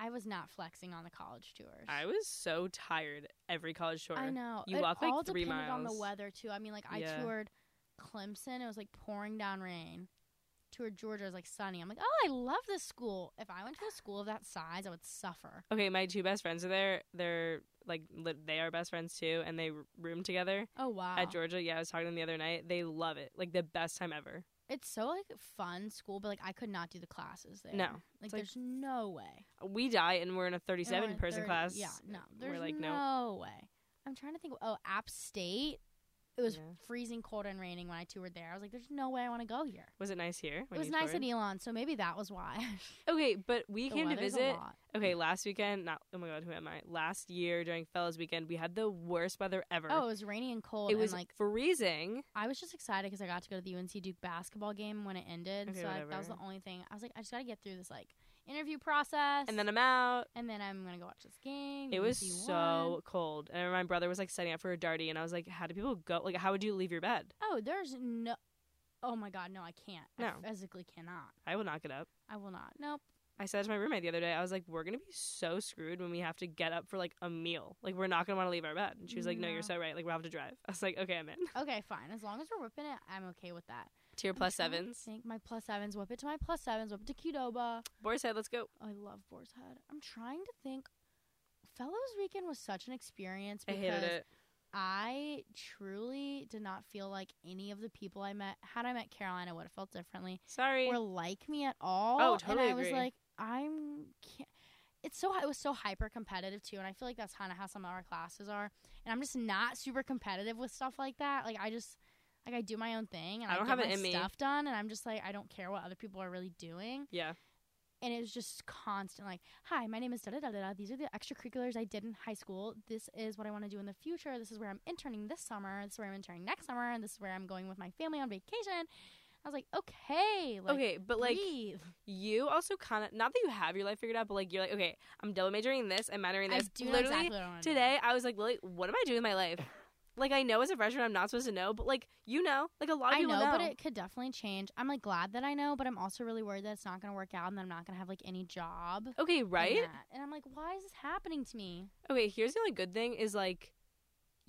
B: I was not flexing on the college tours.
A: I was so tired every college tour.
B: I know.
A: You
B: it
A: walk, like,
B: all
A: three
B: depended on the
A: miles.
B: weather too. I mean, like I
A: Yeah.
B: toured Clemson. It was like pouring down rain. Toured Georgia. It was like sunny. I'm like, oh, I love this school. If I went to a school of that size, I would suffer.
A: Okay, my two best friends are there. They're like li- they are best friends too, and they r- room together
B: Oh wow.
A: at Georgia. Yeah, I was talking to them the other night. They love it. Like the best time ever.
B: it's so like fun school, but like I could not do the classes there.
A: No,
B: Like
A: It's like-
B: there's no way.
A: We die and we're in a
B: And we're
A: thirty-seven
B: in
A: person
B: 30
A: class.
B: Yeah, no.
A: We're
B: There's
A: like,
B: no
A: no.
B: way. I'm trying to think. Oh, App State. It was
A: Yeah.
B: freezing cold and raining when I toured there. I was like, there's no way I want to go here.
A: Was it nice here? when
B: it was
A: you
B: nice
A: toured?
B: at Elon, so maybe that was why. *laughs*
A: Okay, but we
B: The
A: came to
B: weather's a
A: visit.
B: lot.
A: Okay, last weekend. Not. Oh my god, who am I? Last year during Fellas Weekend, we had the worst weather ever.
B: Oh, it was rainy and cold.
A: it
B: and
A: was
B: like
A: freezing.
B: I was just excited because I got to go to the UNC Duke basketball game when it ended.
A: Okay,
B: so I, that was the
A: whatever.
B: only thing. I was like, I just got to get through this like interview process,
A: And then I'm out.
B: and then I'm gonna go watch this game.
A: It was
B: UNC won.
A: so cold. And my brother was like setting up for a darty, and I was like, "How do people go? Like, how would you leave your bed?
B: Oh, there's no. Oh my God, no, I can't. I
A: No.
B: physically cannot.
A: I will not get up."
B: I will not. Nope.
A: I said to my roommate the other day, I was like, "We're gonna be so screwed when we have to get up for like a meal. Like, we're not gonna want to leave our bed." And she was like, "No,
B: No.
A: you're so right. Like, we'll have to drive." I was like, "Okay, I'm in."
B: *laughs* Okay, fine. As long as we're whipping it, I'm okay with that.
A: Tier
B: I'm
A: *laughs* plus
B: trying to
A: sevens.
B: Think my plus sevens. Whip it to my plus sevens. Whip it to Qdoba.
A: Boar's head. Let's go.
B: Oh, I love Boar's Head. I'm trying to think. Fellows Weekend was such an experience
A: I
B: because
A: hated it.
B: I truly did not feel like any of the people I met. Had I met Caroline, I would have felt differently.
A: Sorry.
B: Were like me at all?
A: Oh, totally
B: And I was
A: agree.
B: like, I'm. Can't. It's so it was so hyper competitive too, and I feel like that's kind of how some of our classes are. And I'm just not super competitive with stuff like that. Like I just like I do my own thing, and
A: I
B: I,
A: don't
B: get
A: have it
B: my
A: in me.
B: stuff done, and I'm just like I don't care what other people are really doing
A: yeah.
B: and it was just constant like hi my name is da da da da da. these are the extracurriculars i did in high school this is what i want to do in the future this is where i'm interning this summer this is where i'm interning next summer and this is where i'm going with my family on vacation i was like okay like,
A: okay, but like
B: breathe.
A: you also kind of not that you have your life figured out, but like you're like, okay, I'm double majoring in this, I'm minoring in
B: i
A: this.
B: do know
A: Literally
B: exactly what I wanna do.
A: today, I was like, Lily, what am I doing with
B: *sighs*
A: my life? Like I know as a freshman, I'm not supposed to know, but like you know, like a lot of
B: i
A: people
B: know but it could definitely change i'm like glad that i know but i'm also really worried that it's not going to work out and that i'm not going to have like any job in
A: okay, right?
B: that. and i'm like why is this happening to me
A: Okay, here's the only good thing is like.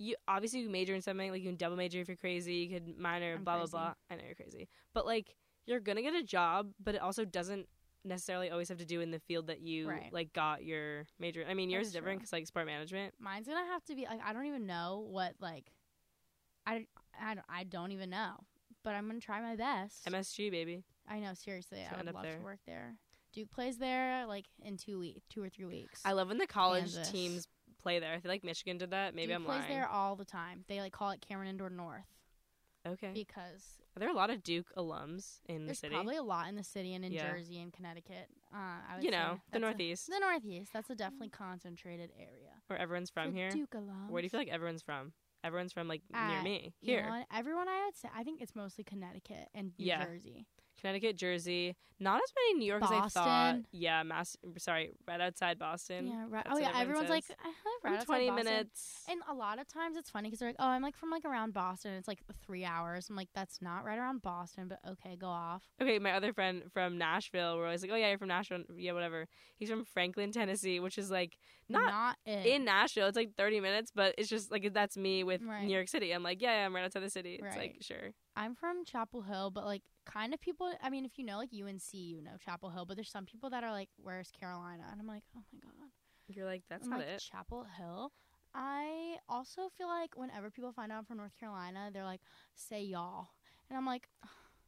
A: You obviously you major in something like you can double major if you're crazy. You could minor,
B: I'm
A: blah
B: crazy.
A: blah blah. I know you're crazy, but like you're gonna get a job, but it also doesn't necessarily always have to do in the field that you
B: Right.
A: like got your major. I mean, yours
B: That's
A: is different
B: true.
A: because like sport management.
B: mine's gonna have to be like I don't even know what like I I don't, I don't even know, but I'm gonna try my best.
A: MSG baby.
B: I know seriously,
A: So
B: I
A: end
B: would
A: up
B: love
A: there.
B: to work there. Duke plays there like in two week, two or three weeks.
A: I love when the college
B: Kansas.
A: teams play there. I feel like Michigan did that. Maybe
B: Duke
A: I'm
B: plays
A: lying.
B: there all the time. They like call it Cameron Indoor North
A: Okay.
B: because
A: Are there a lot of Duke alums in the
B: there's
A: city?
B: probably a lot in the city and in
A: Yeah.
B: Jersey and Connecticut. Uh, I would
A: you
B: say
A: know, the
B: that's a-
A: Northeast,
B: the Northeast. That's a definitely concentrated area.
A: where everyone's from
B: For
A: here.
B: Duke alums.
A: Where do you feel like everyone's from? Everyone's from like near
B: Uh,
A: me.
B: You
A: Here.
B: know what? everyone I would say I think it's mostly Connecticut and New
A: Yeah.
B: Jersey.
A: Connecticut, Jersey. Not as many in New York as I thought.
B: Boston.
A: Yeah, mass sorry, right outside Boston.
B: Yeah, right.
A: That's
B: Oh
A: what
B: yeah,
A: everyone
B: everyone's like,
A: says.
B: I live right
A: I'm
B: outside
A: 20
B: Boston."
A: minutes.
B: And a lot of times it's funny because they're like, "Oh, I'm like from like around Boston." It's like three hours. I'm like, "That's not right around Boston," but okay, go off.
A: Okay, my other friend from Nashville, we're always like, Oh yeah, you're from Nashville yeah, whatever. He's from Franklin, Tennessee, which is like not
B: it.
A: in Nashville. It's like 30 minutes, but it's just like that's me with
B: Right.
A: New York City. I'm like, yeah, yeah, I'm right outside the city. It's like,
B: Right.
A: sure.
B: I'm from Chapel Hill, but like kind of people. I mean, if you know like UNC, you know Chapel Hill, but there's some people that are like, "Where's Carolina?" And I'm like, "Oh my god."
A: You're like, that's
B: I'm
A: not
B: like
A: it.
B: Chapel Hill. I also feel like whenever people find out I'm from North Carolina, they're like, "Say y'all," and I'm like,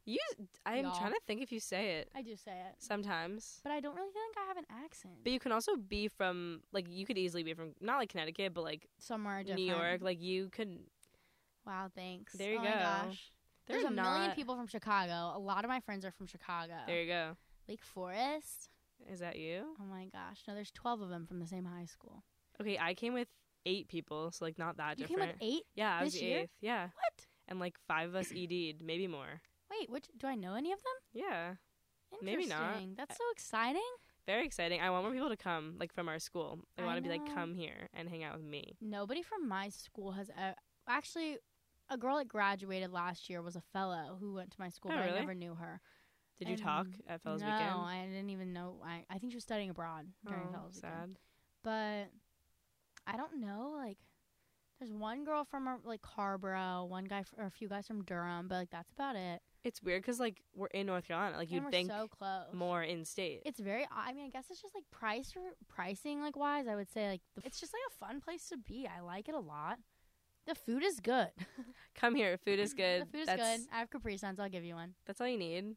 A: You, I'm
B: Y'all.
A: trying to think if you say it
B: "I do say it."
A: sometimes.
B: But I don't really think I have an accent.
A: But you can also be from, like, you could easily be from, not like Connecticut, but like
B: Somewhere different.
A: New York. Like, you could,
B: Wow, thanks.
A: There you
B: oh My
A: go.
B: gosh.
A: there's
B: There's a
A: not,
B: million people from Chicago. A lot of my friends are from Chicago.
A: There you go.
B: Lake Forest.
A: Is that you?
B: Oh my gosh. No, there's 12 of them from the same high school.
A: Okay, I came with eight people, so like, not that
B: you came
A: different.
B: with eight?
A: yeah, I was
B: this
A: the
B: year?
A: eighth. Yeah.
B: What?
A: And like five of us ED'd, maybe more.
B: Wait, which do I know any of them?
A: Yeah. Maybe
B: Interesting.
A: not.
B: That's so exciting.
A: Very exciting. I want more people to come, like, from our school. They
B: I
A: want to be like,
B: know.
A: come here and hang out with me.
B: Nobody from my school has e- actually a girl that graduated last year was a fellow who went to my school,
A: Oh,
B: but I
A: really?
B: never knew her.
A: Did you talk
B: And
A: at Fellows
B: no,
A: Weekend? Oh,
B: I didn't even know. I, I think she was studying abroad during Fellows
A: sad.
B: Weekend. but I don't know. Like, there's one girl from uh, like Harborough, one guy f- or a few guys from Durham, but like that's about it.
A: It's weird because like we're in North Carolina. Like
B: and
A: you'd
B: we're
A: think
B: so close.
A: more in state.
B: It's very. I mean, I guess it's just like price or pricing like wise. I would say like the, it's just like a fun place to be. I like it a lot. The food is good.
A: Come here, food is
B: *laughs*
A: good.
B: the food is
A: that's,
B: good. I have Capri Suns. I'll give you one.
A: That's all you need.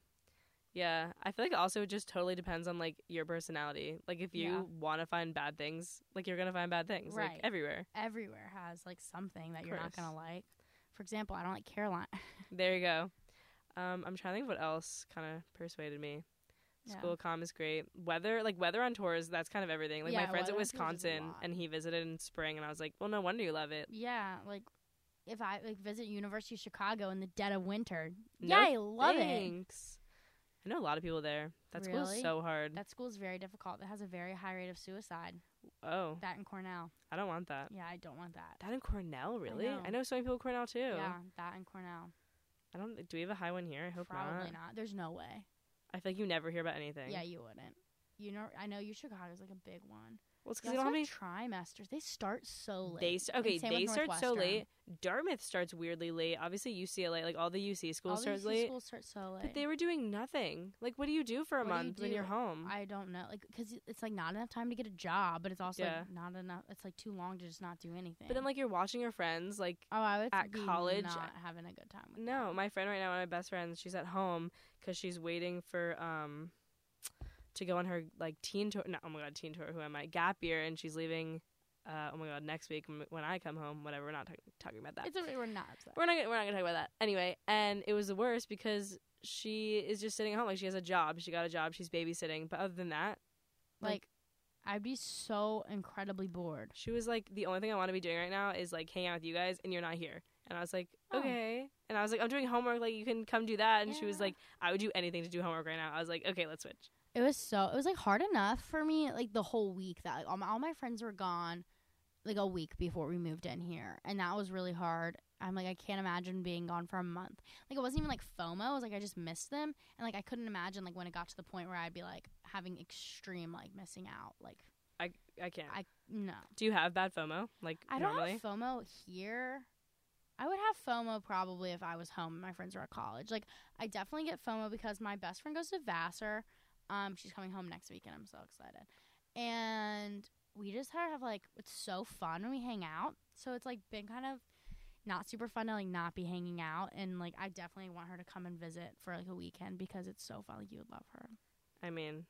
A: Yeah, I feel like also it just totally depends on like your personality. Like if you
B: Yeah.
A: want to find bad things, like you're gonna find bad things like
B: Right.
A: everywhere.
B: Everywhere has like something that you're not gonna
A: course.
B: like. For example, I don't like
A: *laughs*
B: Carolina.
A: There you go. Um, I'm trying to think of what else kind of persuaded me.
B: Yeah.
A: School comm is great. Weather, like weather on tours, that's kind of everything. Like
B: Yeah,
A: my friend's at
B: weather on tours is a
A: Wisconsin,
B: lot.
A: and he visited in spring, and I was like, well, no wonder you love it.
B: Yeah, like if I like visit University of Chicago in the dead of winter.
A: No
B: yeah, I love it.
A: Thanks. I know a lot of people there. That school's
B: Really?
A: so hard.
B: That school is very difficult. It has a very high rate of suicide.
A: oh,
B: That and Cornell.
A: I don't want that.
B: Yeah, I don't want that.
A: That in Cornell, really? I know,
B: know.
A: so many people at Cornell too.
B: Yeah, that and Cornell.
A: I don't. Do we have a high one here? I hope
B: Probably
A: not.
B: not. There's no way.
A: I feel like you never hear about anything.
B: Yeah, you wouldn't. You know, I know you Chicago's like a big one.
A: Well, it's
B: You
A: because they don't have
B: also
A: any.
B: trimesters. They start so late.
A: They st- okay.
B: same
A: They
B: with
A: start so
B: Northwestern.
A: late. Dartmouth starts weirdly late. Obviously UCLA, like all the UC schools
B: All
A: start
B: these
A: late.
B: schools start so late.
A: But they were doing nothing. Like, what do you do for a
B: What do you
A: month when you're
B: do?
A: home?
B: I don't know, like, because it's like not enough time to get a job, but it's also
A: Yeah.
B: like, not enough. It's like too long to just not do anything.
A: but then, like, you're watching your friends. Like,
B: oh, I would
A: at
B: be
A: college-
B: not having a good time. With
A: no, my friend right now, one of my best friends, she's at home because she's waiting for um to go on her like teen tour. No, oh my god, teen tour. Who am I? Gap year, and she's leaving. Uh, oh my god, next week m- when I come home. Whatever. We're not talking talking about that.
B: that. it's a, we're not upset.
A: we're not gonna, we're not gonna talk about that anyway. And it was the worst because she is just sitting at home. Like, she has a job. She got a job. She's babysitting. But other than that,
B: like, I'd be so incredibly bored.
A: She was like, the only thing I want to be doing right now is like hang out with you guys, and you're not here. And I was like,
B: Oh.
A: okay. And I was like, I'm doing homework. Like, you can come do that. And she was
B: Yeah.
A: like, I would do anything to do homework right now. I was like, okay, let's switch.
B: It was so. It was like hard enough for me. Like the whole week that like all my, all my friends were gone, like a week before we moved in here, and that was really hard. I'm like I can't imagine being gone for a month. Like it wasn't even like FOMO. It was like I just missed them, and like I couldn't imagine like when it got to the point where I'd be like having extreme like missing out. Like
A: I I can't.
B: I- no,
A: do you have bad FOMO? Like
B: I don't
A: normally?
B: have FOMO here. I would have FOMO probably if I was home and my friends were at college. Like I definitely get FOMO because my best friend goes to Vassar. Um, she's coming home next week and I'm so excited. And we just kind of have like it's so fun when we hang out. So it's like been kind of not super fun to like not be hanging out and like I definitely want her to come and visit for like a weekend because it's so fun. Like you would love her.
A: I mean,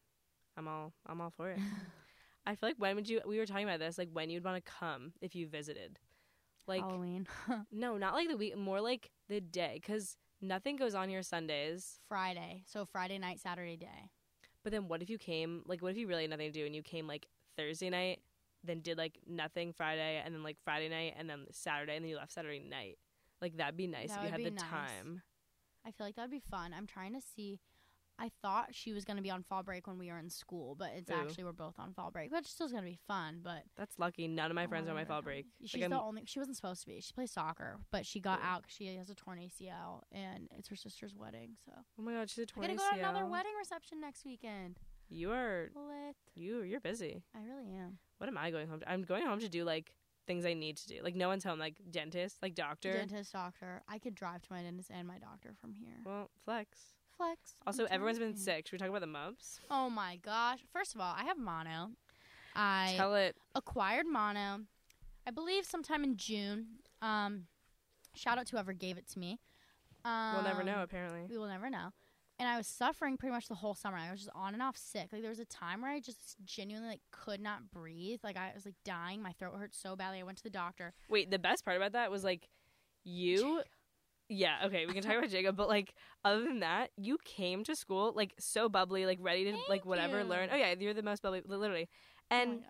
A: I'm all I'm all for it. *laughs* I feel like when would you? We were talking about this. Like when you'd want to come if you visited. *laughs* Like
B: Halloween.
A: no, not like the week. More like the day because nothing goes on here Sundays.
B: Friday. So Friday night, Saturday day.
A: But then what if you came like what if you really had nothing to do and you came like Thursday night, then did like nothing Friday and then like Friday night and then Saturday and then you left Saturday night. Like that'd be nice
B: That
A: if you
B: would
A: had
B: be
A: the
B: nice.
A: time.
B: I feel like that would be fun. I'm trying to see. I thought she was going to be on fall break when we were in school, but it's
A: Ooh.
B: actually we're both on fall break, which still's going to be fun. But
A: That's lucky. None of my friends are on my
B: Whatever.
A: fall break.
B: She's
A: Like,
B: the
A: I'm-
B: only. She wasn't supposed to be. She plays soccer, but she got
A: Ooh.
B: out 'cause she has a torn ACL, and it's her sister's wedding. So
A: oh my god, she's a
B: we're
A: torn
B: gonna go to another
A: ACL.
B: wedding reception next weekend.
A: You are
B: Lit.
A: you you're busy.
B: I really am.
A: What am I going home to? I'm going home to do like things I need to do. Like no one's home, like dentist, like doctor.
B: Dentist, doctor. I could drive to my dentist and my doctor from here.
A: Well, flex.
B: Flex. I'm
A: Also, everyone's been
B: trying.
A: sick. Should we talk about the mumps?
B: Oh my gosh! First of all, I have mono. I
A: Tell it.
B: acquired mono, I believe sometime in June. Um, shout out to whoever gave it to me. Um,
A: We'll never know apparently.
B: We will never know. And I was suffering pretty much the whole summer. I was just on and off sick. Like there was a time where I just genuinely like could not breathe. Like I was like dying. My throat hurt so badly. I went to the doctor. Oh
A: Wait, the best part about that was like you Yeah, okay, we can talk about Jacob, but like other than that, you came to school like so bubbly, like ready to like
B: Thank
A: whatever
B: you.
A: learn. Oh yeah, you're the most bubbly li- literally.
B: Oh my
A: And
B: God.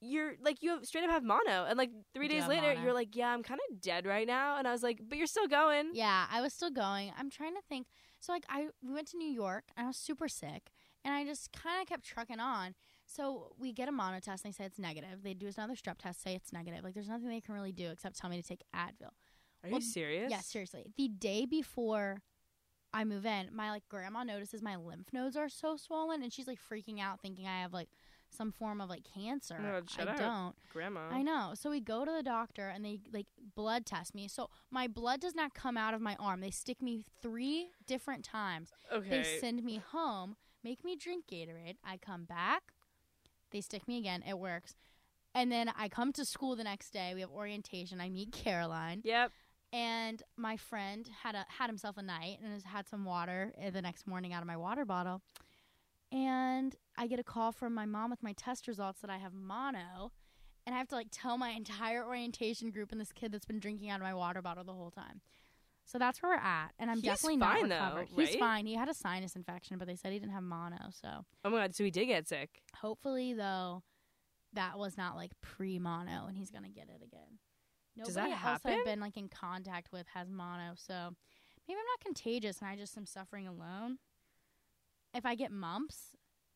A: you're like you have straight up have mono and like 3
B: I do
A: days
B: have
A: later
B: mono.
A: you're like, "Yeah, I'm kind of dead right now." And I was like, "But you're still going."
B: yeah, I was still going. I'm trying to think. So like I we went to New York and I was super sick and I just kind of kept trucking on. So we get a mono test and they say it's negative. They do us another strep test, say it's negative. Like there's nothing they can really do except tell me to take Advil.
A: Are
B: Well,
A: you serious?
B: Yeah, seriously. The day before I move in, my like grandma notices my lymph nodes are so swollen and she's like freaking out thinking I have like some form of like cancer.
A: Oh my God, shut
B: I
A: up.
B: don't.
A: Grandma.
B: I know. So we go to the doctor and they like blood test me. So my blood does not come out of my arm. They stick me three different times.
A: Okay.
B: They send me home, make me drink Gatorade. I come back, they stick me again. It works. And then I come to school the next day. We have orientation. I meet Caroline,
A: Yep.
B: and my friend had a had himself a night and has had some water uh, the next morning out of my water bottle. And I get a call from my mom with my test results that I have mono, and I have to like tell my *laughs* entire orientation group and this kid that's been drinking out of my water bottle the whole time. So that's where we're at, and I'm
A: He's
B: definitely not
A: fine, though,
B: recovered. He's
A: right?
B: fine. He had a sinus infection, but they said he didn't have mono. So
A: Oh my god, so he did get sick.
B: hopefully, though, that was not like pre mono, and he's gonna get it again. Nobody
A: Does that
B: else I've
A: happen?
B: been like in contact with has mono, so maybe I'm not contagious, and I just am suffering alone. If I get mumps,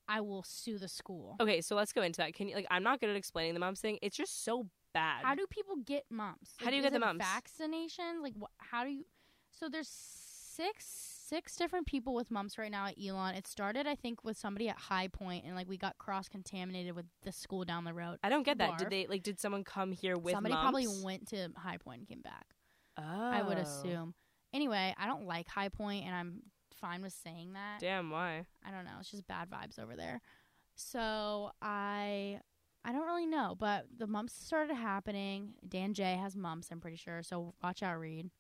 B: I will sue the school.
A: Okay, so let's go into that. Can you like I'm not good at explaining the mom thing. It's just so bad.
B: How do people get mumps?
A: How do you
B: is
A: get the
B: it
A: mumps?
B: Vaccination? Like, wh- how do you? So there's six six different people with mumps right now at Elon. It started, I think, with somebody at High Point, and like we got cross contaminated with the school down the road.
A: I don't get that. Did
B: barf?
A: they like did someone come here with
B: somebody
A: mumps?
B: probably went to High Point and came back.
A: Oh.
B: I would assume. Anyway, I don't like High Point, and I'm fine with saying that.
A: Damn, why?
B: I don't know. It's just bad vibes over there. So I I don't really know, but the mumps started happening. Dan J has mumps, I'm pretty sure. So watch out, Reed.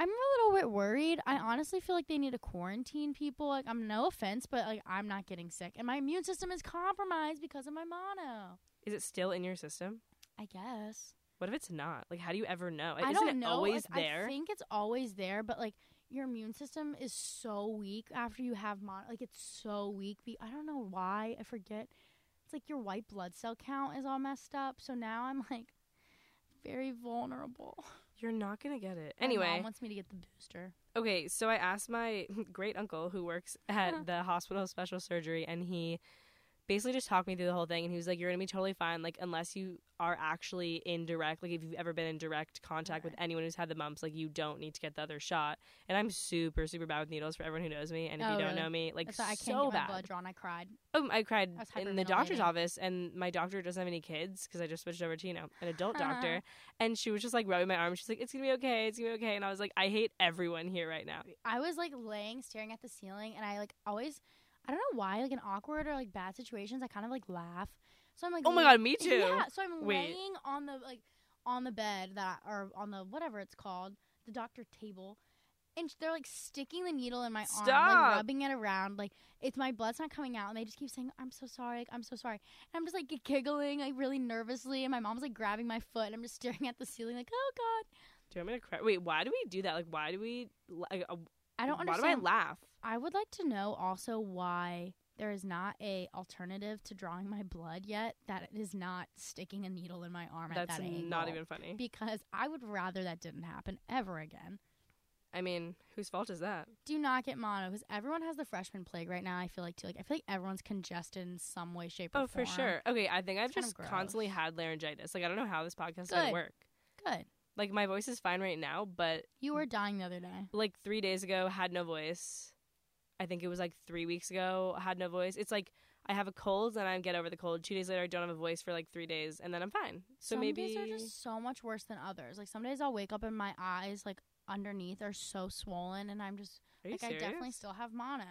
B: I'm a little bit worried. I honestly feel like they need to quarantine people. Like I'm no offense, but like I'm not getting sick, and my immune system is compromised because of my mono.
A: Is it still in your system?
B: I guess.
A: What if it's not? Like how do you ever know?
B: I
A: Isn't
B: don't
A: Uh, it
B: know.
A: always
B: like,
A: there?
B: I think it's always there, but like your immune system is so weak after you have mon like it's so weak. Be- I don't know why. I forget. It's like your white blood cell count is all messed up. So now I'm like very vulnerable. *laughs*
A: You're not gonna get it.
B: my
A: Anyway.
B: mom wants me to get the booster.
A: Okay, so I asked my *laughs* great uncle who works
B: Uh-huh.
A: at the hospital of special surgery, and he basically just talked me through the whole thing. And he was like, "You're gonna be totally fine, like unless you are actually in direct, like if you've ever been in direct contact with
B: Right.
A: anyone who's had the mumps, like you don't need to get the other shot." And I'm super, super bad with needles for everyone who knows me, and if
B: Oh,
A: you don't
B: really?
A: know me, like
B: That's why I can't
A: so
B: get my
A: bad.
B: blood drawn. I cried.
A: Um, I cried
B: I was
A: in the doctor's
B: hyperventilating.
A: office, and my doctor doesn't have any kids because I just switched over to you know an adult
B: Uh-huh.
A: doctor, and she was just like rubbing my arm. She's like, "It's gonna be okay, it's gonna be okay," and I was like, "I hate everyone here right now."
B: I was like laying staring at the ceiling and I like always I don't know why, like in awkward or like bad situations, I kind of like laugh. So I'm like
A: Oh my
B: la-
A: god, *laughs* me too.
B: Yeah, so I'm
A: Wait.
B: laying on the like on the bed that or on the whatever it's called, the doctor table. And they're like sticking the needle in my arm, like
A: Stop.
B: rubbing it around. Like it's my blood's not coming out, and they just keep saying, "I'm so sorry, like, I'm so sorry." And I'm just like giggling, like really nervously, and my mom's like grabbing my foot, and I'm just *laughs* staring at the ceiling, like, "Oh God!"
A: Do you want me to cry? Wait, why do we do that? Like, why do we? Like, uh,
B: I don't understand.
A: Why do I laugh?
B: I would like to know also why there is not a alternative to drawing my blood yet that is not sticking a needle in my arm at
A: That's
B: that angle.
A: not even funny.
B: because I would rather that didn't happen ever again.
A: I mean, whose fault is that?
B: Do not get mono because everyone has the freshman plague right now. I feel like too. Like I feel like everyone's congested in some way, shape, or
A: Oh, for
B: form.
A: sure. Okay, I think I've
B: It's kinda
A: just constantly
B: gross.
A: had laryngitis. Like, I don't know how this podcast
B: Good.
A: doesn't work.
B: Good.
A: Like, my voice is fine right now, but
B: You were dying the other day.
A: like three days ago, had no voice. I think it was like three weeks ago, had no voice. It's like I have a cold and I get over the cold. Two days later, I don't have a voice for like three days, and then I'm fine. So
B: some
A: maybe
B: days are just so much worse than others. Like some days I'll wake up and my eyes like underneath are so swollen, and I'm just
A: Are you
B: like I definitely
A: serious?
B: still have mono.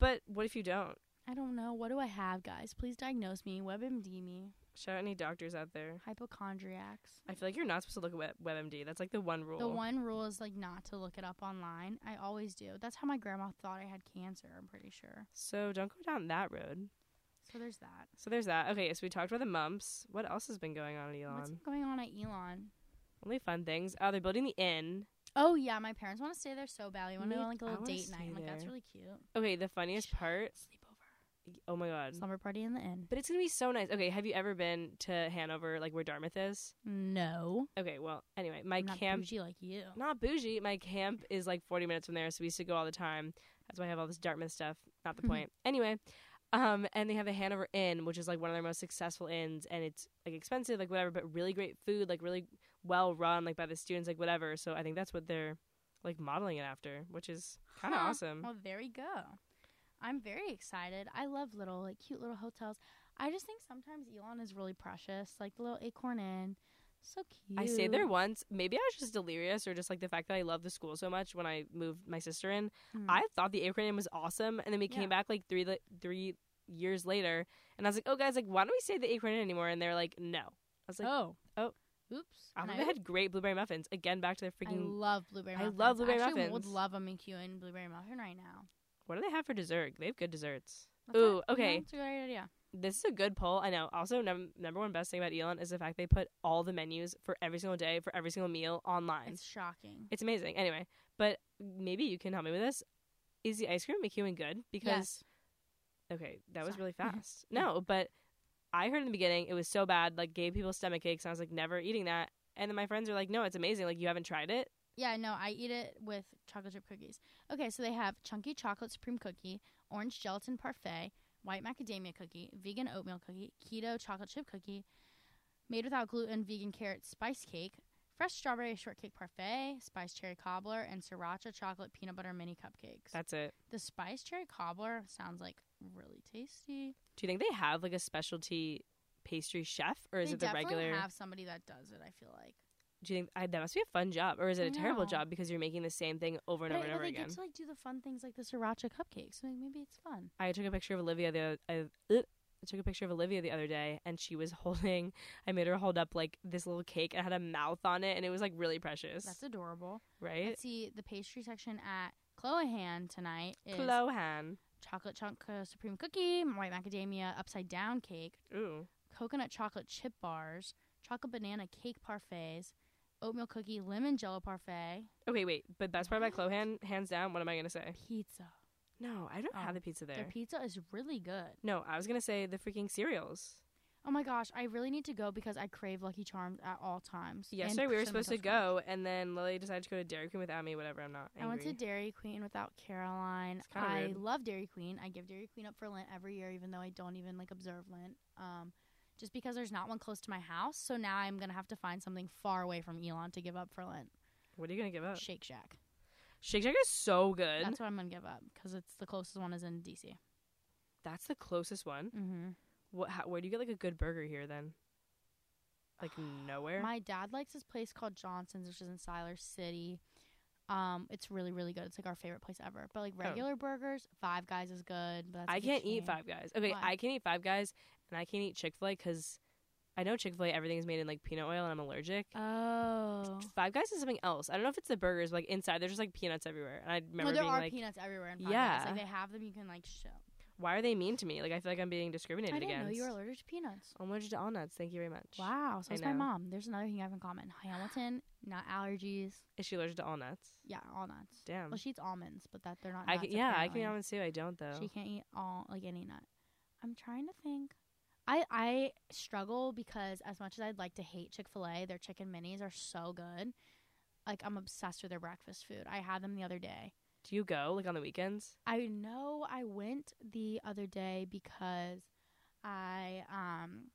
A: But what if you don't?
B: I don't know. What do I have, guys? Please diagnose me. WebMD me.
A: Shout out any doctors out there.
B: Hypochondriacs.
A: I feel like you're not supposed to look at Web- WebMD. That's like the one rule.
B: The one rule is like not to look it up online. I always do. That's how my grandma thought I had cancer, I'm pretty sure.
A: So don't go down that road.
B: So there's that.
A: So there's that. Okay, so we talked about the mumps. What else has been going on at Elon?
B: What's going on at Elon?
A: Only fun things. Oh, they're building the inn.
B: Oh yeah, my parents want to stay there so badly. Want to
A: Me-
B: go on like a
A: I
B: little
A: wanna
B: date night.
A: stay
B: I'm like that's
A: there.
B: really cute.
A: Okay, the funniest part.
B: Sleepover.
A: Oh my god.
B: Slumber party in the inn.
A: But it's gonna be so nice. Okay, have you ever been to Hanover, like where Dartmouth is?
B: No,
A: Okay, well, anyway, my
B: I'm not
A: camp.
B: bougie like you.
A: Not bougie. My camp is like 40 minutes from there, so we used to go all the time. That's why I have all this Dartmouth stuff. Not
B: Mm-hmm.
A: the point. anyway, um, and they have a Hanover Inn, which is like one of their most successful inns, and it's like expensive, like whatever, but really great food, like really well run, like by the students, like whatever. So I think that's what they're like modeling it after, which is kind of
B: Huh.
A: awesome.
B: Well, there you go. I'm very excited. I love little, like, cute little hotels. I just think sometimes Elon is really precious, like the little Acorn Inn. So cute.
A: I stayed there once. Maybe I was just delirious, or just like the fact that I love the school so much. When I moved my sister in,
B: Mm.
A: I thought the acronym was awesome, and then we
B: Yeah.
A: came back like three li- three years later, and I was like, "Oh guys, like why don't we say the acronym anymore?" And they're like, "No." I was like,
B: oh.
A: oh.
B: Oops.
A: "I
B: And
A: they had great blueberry muffins." Again, back to the
B: I
A: freaking
B: love blueberry
A: I
B: muffins.
A: love blueberry
B: actually would
A: muffins.
B: love a McEwen blueberry muffin right now.
A: what do they have for dessert? They have good desserts.
B: That's it.
A: Ooh,
B: Yeah,
A: okay.
B: that's a great idea.
A: this is a good poll. I know. Also, num- number one best thing about Elon is the fact they put all the menus for every single day for every single meal online.
B: It's
A: It's,
B: shocking.
A: amazing. Anyway, but maybe you can help me with this. Is the ice cream McEwen good? Because okay, that was
B: Sorry. Mm-hmm.
A: really fast. no, but I heard in the beginning it was so bad, like gave people stomach aches, and I was like, never eating that. And then my friends are like, no, it's amazing. Like you haven't tried it.
B: Yeah, no, I eat it with chocolate chip cookies. Okay, so they have chunky chocolate supreme cookie, orange gelatin parfait, white macadamia cookie, vegan oatmeal cookie, keto chocolate chip cookie, made without gluten, vegan carrot spice cake, fresh strawberry shortcake parfait, spiced cherry cobbler, and sriracha chocolate peanut butter mini cupcakes.
A: That's it.
B: the spiced cherry cobbler sounds like really tasty.
A: Do you think they have like a specialty pastry chef, or is
B: they
A: it the
B: definitely
A: regular?
B: have somebody that does it. I feel like.
A: Do you think I, that must be a fun job, or is it a terrible
B: No.
A: job because you're making the same thing over and
B: But I-
A: over and
B: but
A: over
B: they
A: again?
B: get to like do the fun things like the sriracha cupcakes. So like, maybe it's fun.
A: I took a picture of Olivia the oth- I, uh, I took a picture of Olivia the other day, and she was *laughs* holding. I made her hold up like this little cake and had a mouth on it, and it was like really precious,
B: That's adorable.
A: right?
B: Let's see the pastry section at Clohan tonight is
A: Clohan.
B: chocolate chunk uh, supreme cookie, white macadamia upside down cake,
A: Ooh,
B: coconut chocolate chip bars, chocolate banana cake parfaits, oatmeal cookie, lemon jello parfait,
A: okay, wait. But best *gasps* part about
B: What?
A: Clohan, hands down. What am I gonna say?
B: pizza.
A: No, I don't
B: Oh,
A: have the pizza there.
B: Their pizza is really good.
A: no, I was gonna say the freaking cereals.
B: Oh my gosh, I really need to go because I crave Lucky Charms at all times. and
A: Yesterday we were
B: Cinnamon
A: supposed to
B: Toast Crunch.
A: go, and then Lily decided to go to Dairy Queen without me. Whatever, I'm not. Angry.
B: I went to Dairy Queen without Caroline.
A: It's kinda
B: I
A: rude.
B: love Dairy Queen. I give Dairy Queen up for Lent every year, even though I don't even like observe Lent. Um, just because there's not one close to my house, so now I'm gonna have to find something far away from Elon to give up for Lent.
A: What are you gonna give up?
B: Shake Shack.
A: Shake Shack is so good.
B: That's what I'm gonna give up because it's the closest one is in DC.
A: That's the closest one.
B: Mm-hmm.
A: What? How, where do you get like a good burger here then?
B: *sighs*
A: Like nowhere.
B: My dad likes this place called Johnson's, which is in Siler City. Um, it's really really good. It's like our favorite place ever. But like regular burgers, Five Guys is good. But that's
A: Oh. I
B: like, a
A: can't eat
B: chain.
A: Five Guys. Okay,
B: Why?
A: I can eat Five Guys, and I can't eat Chick Fil A because I know Chick Fil A everything's made in like peanut oil, and I'm allergic.
B: Oh.
A: Five Guys is something else. I don't know if it's the burgers, but like inside there's just like peanuts everywhere, and I
B: no,
A: remember
B: there
A: being
B: are
A: like,
B: peanuts everywhere in Five Guys.
A: Yeah.
B: Like they have them, you can like show.
A: "Why are they mean to me? Like I feel like I'm being
B: I
A: discriminated
B: didn't
A: against."
B: know you were allergic to peanuts.
A: I'm allergic to all nuts. Thank you very much.
B: Wow, so
A: I
B: is my
A: know.
B: mom. There's another thing I have in common: Hamilton, not allergies.
A: Is she allergic to all nuts?
B: Yeah, all nuts.
A: Damn.
B: Well, she eats almonds, but that they're not.
A: I
B: Nuts,
A: can, yeah, I can eat
B: apparently.
A: almonds too. I don't though.
B: She can't eat all like any nut. I'm trying to think. I I struggle because as much as I'd like to hate Chick Fil A, their chicken minis are so good. Like I'm obsessed with their breakfast food. I had them the other day.
A: Do you go like on the weekends?
B: I know I went the other day because I um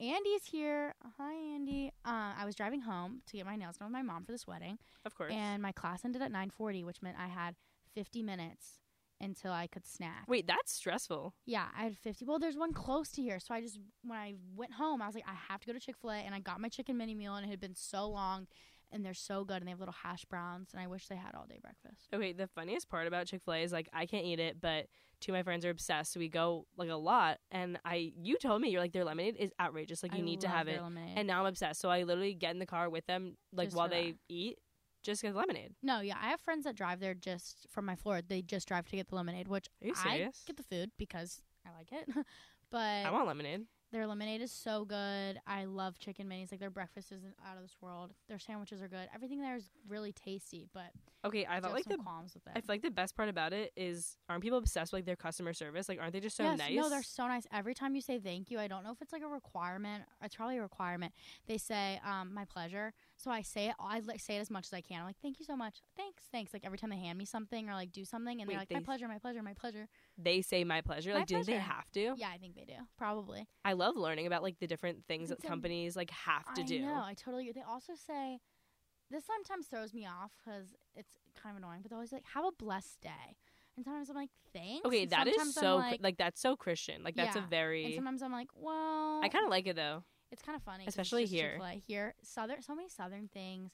B: Andy's here. Hi Andy. Uh, I was driving home to get my nails done with my mom for this wedding,
A: Of course.
B: and my class ended at nine forty, which meant I had fifty minutes until I could snack.
A: Wait, that's stressful.
B: Yeah, I had fifty. Well, there's one close to here, so I just when I went home, I was like, I have to go to Chick Fil A, and I got my chicken mini meal, and it had been so long, and they're so good, and they have little hash browns, and I wish they had all day breakfast.
A: Okay, the funniest part about Chick Fil A is like I can't eat it, but two of my friends are obsessed. So we go like a lot, and I you told me you're like their lemonade is outrageous. Like
B: I
A: you need to
B: love
A: have
B: their
A: it,
B: lemonade.
A: and now I'm obsessed. So I literally get in the car with them like
B: Just
A: while
B: for
A: they eat, just get lemonade.
B: No, yeah, I have friends that drive there just from my floor. They just drive to get the lemonade, which
A: Are you
B: I
A: serious?
B: get the food because I like it. *laughs* but
A: I want lemonade.
B: their lemonade is so good. I love chicken minis. Like their breakfast is out of this world. Their sandwiches are good. Everything there is really tasty, but
A: Okay, I
B: I
A: thought like
B: some
A: the
B: qualms with it.
A: I feel like the best part about it is aren't people obsessed with like their customer service? Like aren't they just so
B: yes,
A: nice?
B: No, they're so nice. Every time you say thank you, I don't know if it's like a requirement. It's probably a requirement. They say, um, my pleasure. So I say it. I like, say it as much as I can. I'm like, thank you so much. Thanks, thanks. Like every time they hand me something or like do something, and
A: Wait,
B: they're like,
A: they
B: my
A: s-
B: pleasure, my pleasure, my pleasure.
A: they say my pleasure.
B: My
A: Like do you think they
B: pleasure.
A: have to?
B: Yeah, I think they do. Probably.
A: I love learning about like the different things
B: It's
A: that
B: am-
A: companies like have to
B: I
A: do.
B: know. I totally. They also say, this sometimes throws me off because it's kind of annoying. But they're always like, have a blessed day. And sometimes I'm like, thanks.
A: Okay,
B: and
A: that is
B: sometimes I'm
A: so cr-
B: like,
A: like, that's so Christian. Like that's
B: Yeah, and
A: a
B: And
A: very
B: sometimes I'm like, well,
A: I kind of like it though.
B: It's kind of funny, 'cause it's
A: Especially
B: just
A: here.
B: Chick-fil-A. Here, southern, so many southern things,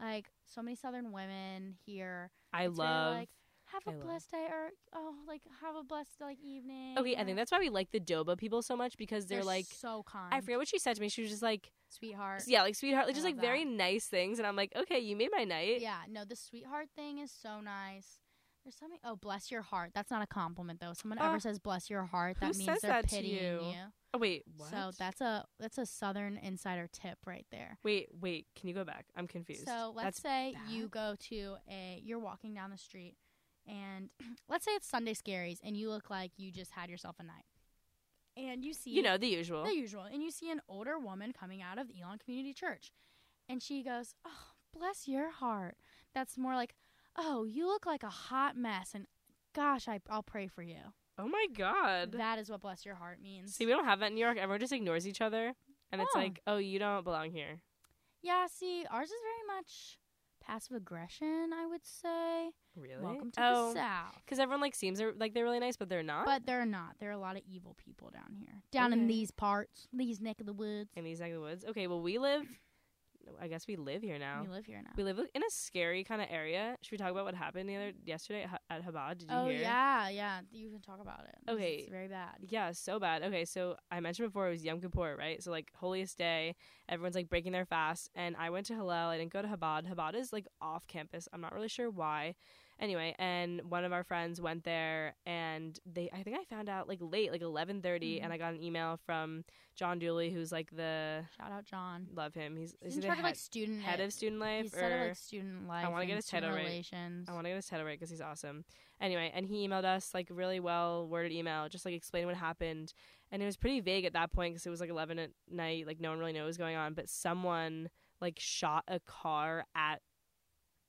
B: like so many southern women here.
A: I
B: It's very,
A: love.
B: like, have a
A: I love.
B: blessed day, or oh, like have a blessed like evening.
A: okay, I
B: or-
A: think that's why we like the Doba people so much because they're, like.
B: so kind.
A: I forget what she said to me. She was just like,
B: sweetheart.
A: yeah, like sweetheart,
B: I
A: like just
B: love
A: like very nice things, and I'm like, okay, you made my night.
B: Yeah, no, the sweetheart thing is so nice. There's something. Oh, bless your heart. That's not a compliment though. Someone
A: Uh,
B: ever says bless your heart,
A: who
B: that means
A: says
B: they're
A: that to
B: pitying
A: you?
B: you.
A: Oh wait, what?
B: So that's a that's a Southern insider tip right there.
A: wait, wait. Can you go back? I'm confused.
B: So let's
A: that's
B: say
A: bad.
B: you go to a you're walking down the street and *clears throat* let's say it's Sunday scaries and you look like you just had yourself a night. And you see
A: you know the usual.
B: the usual. And you see an older woman coming out of the Elon Community Church. And she goes, Oh, bless your heart. That's more like, Oh, you look like a hot mess. And gosh, I, I'll pray for you.
A: oh my god.
B: That is what bless your heart means.
A: See, we don't have that in New York. Everyone just ignores each other, and it's
B: Oh.
A: like, oh, you don't belong here.
B: yeah, see, ours is very much passive aggression, I would say.
A: Really?
B: Welcome to
A: oh,
B: the South.
A: because everyone like seems they're- like they're really nice, but they're not.
B: But they're not. There are a lot of evil people down here, down in
A: Okay.
B: these parts, these neck of the woods.
A: in these neck of the woods. Okay, well we live. I guess we live here now.
B: We live here now.
A: We live in a scary kind of area. Should we talk about what happened the other yesterday at Ha- at Habad? Did you
B: oh
A: hear?
B: yeah, yeah. You can talk about it. 'cause
A: Okay.
B: it's very bad.
A: Yeah, so bad. Okay, so I mentioned before it was Yom Kippur, right? So like holiest day, everyone's like breaking their fast, and I went to Hillel. I didn't go to Habad. Habad is like off campus. I'm not really sure why. Anyway, and one of our friends went there, and they I think I found out like late, like 11:30, and
B: Mhm.
A: I got an email from John Dooley, who's like the
B: Shout out John.
A: love him. He's,
B: He's
A: is
B: in
A: he the
B: charge of like
A: head-
B: student
A: head of student life.
B: He's head
A: or-
B: of like student life.
A: wanna
B: and
A: get his
B: student
A: title right.
B: relations.
A: I want to get his title right because he's awesome. Anyway, and he emailed us like really well worded email, just like explaining what happened, and it was pretty vague at that point because it was like eleven at night, like no one really knew what was going on, but someone like shot a car at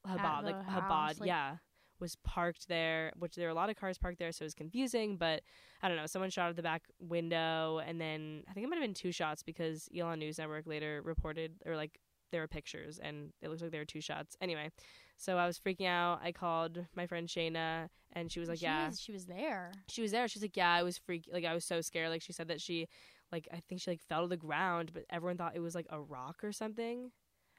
A: Habad,
B: the
A: like
B: house,
A: Habad,
B: like-
A: yeah, was parked there, which there were a lot of cars parked there, so it was confusing, but I don't know. Someone shot at the back window, and then I think it might have been two shots because Elon News Network later reported or like there were pictures, and it looks like there were two shots. Anyway, so I was freaking out. I called my friend Shayna, and she was
B: Oh,
A: like,
B: she
A: "Yeah."
B: was, she was there.
A: She was there. She's like, "Yeah, I was freak. Like I was so scared. Like she said that she, like I think she like fell to the ground, but everyone thought it was like a rock or something.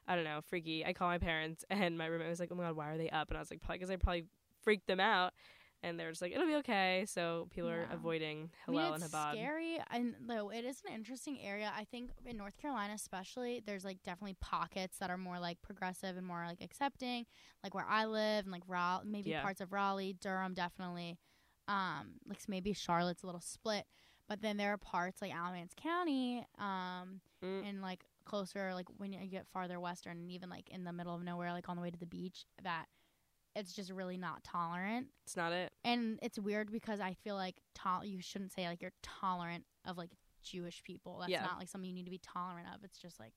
A: I don't know, freaky. I called my parents, *laughs* and my roommate was like, "Oh my god, why are they up?" And I was like, "Probably because I probably freaked them out." And they were just like, "It'll be okay." So people are
B: Yeah.
A: avoiding
B: I mean,
A: Hillel
B: it's
A: and Habad.
B: scary, and though it is an interesting area. I think in North Carolina, especially, there's like definitely pockets that are more like progressive and more like accepting, like where I live and like Raleigh, maybe
A: Yeah.
B: parts of Raleigh, Durham, definitely. Um, like s- maybe Charlotte's a little split, but then there are parts like Alamance County, um,
A: Mm.
B: and like closer, like when you get farther western, and even like in the middle of nowhere, like on the way to the beach, that it's just really not tolerant
A: It's not it.
B: and it's weird because I feel like tol- you shouldn't say like you're tolerant of like Jewish people. That's
A: Yeah.
B: not like something you need to be tolerant of. It's just like,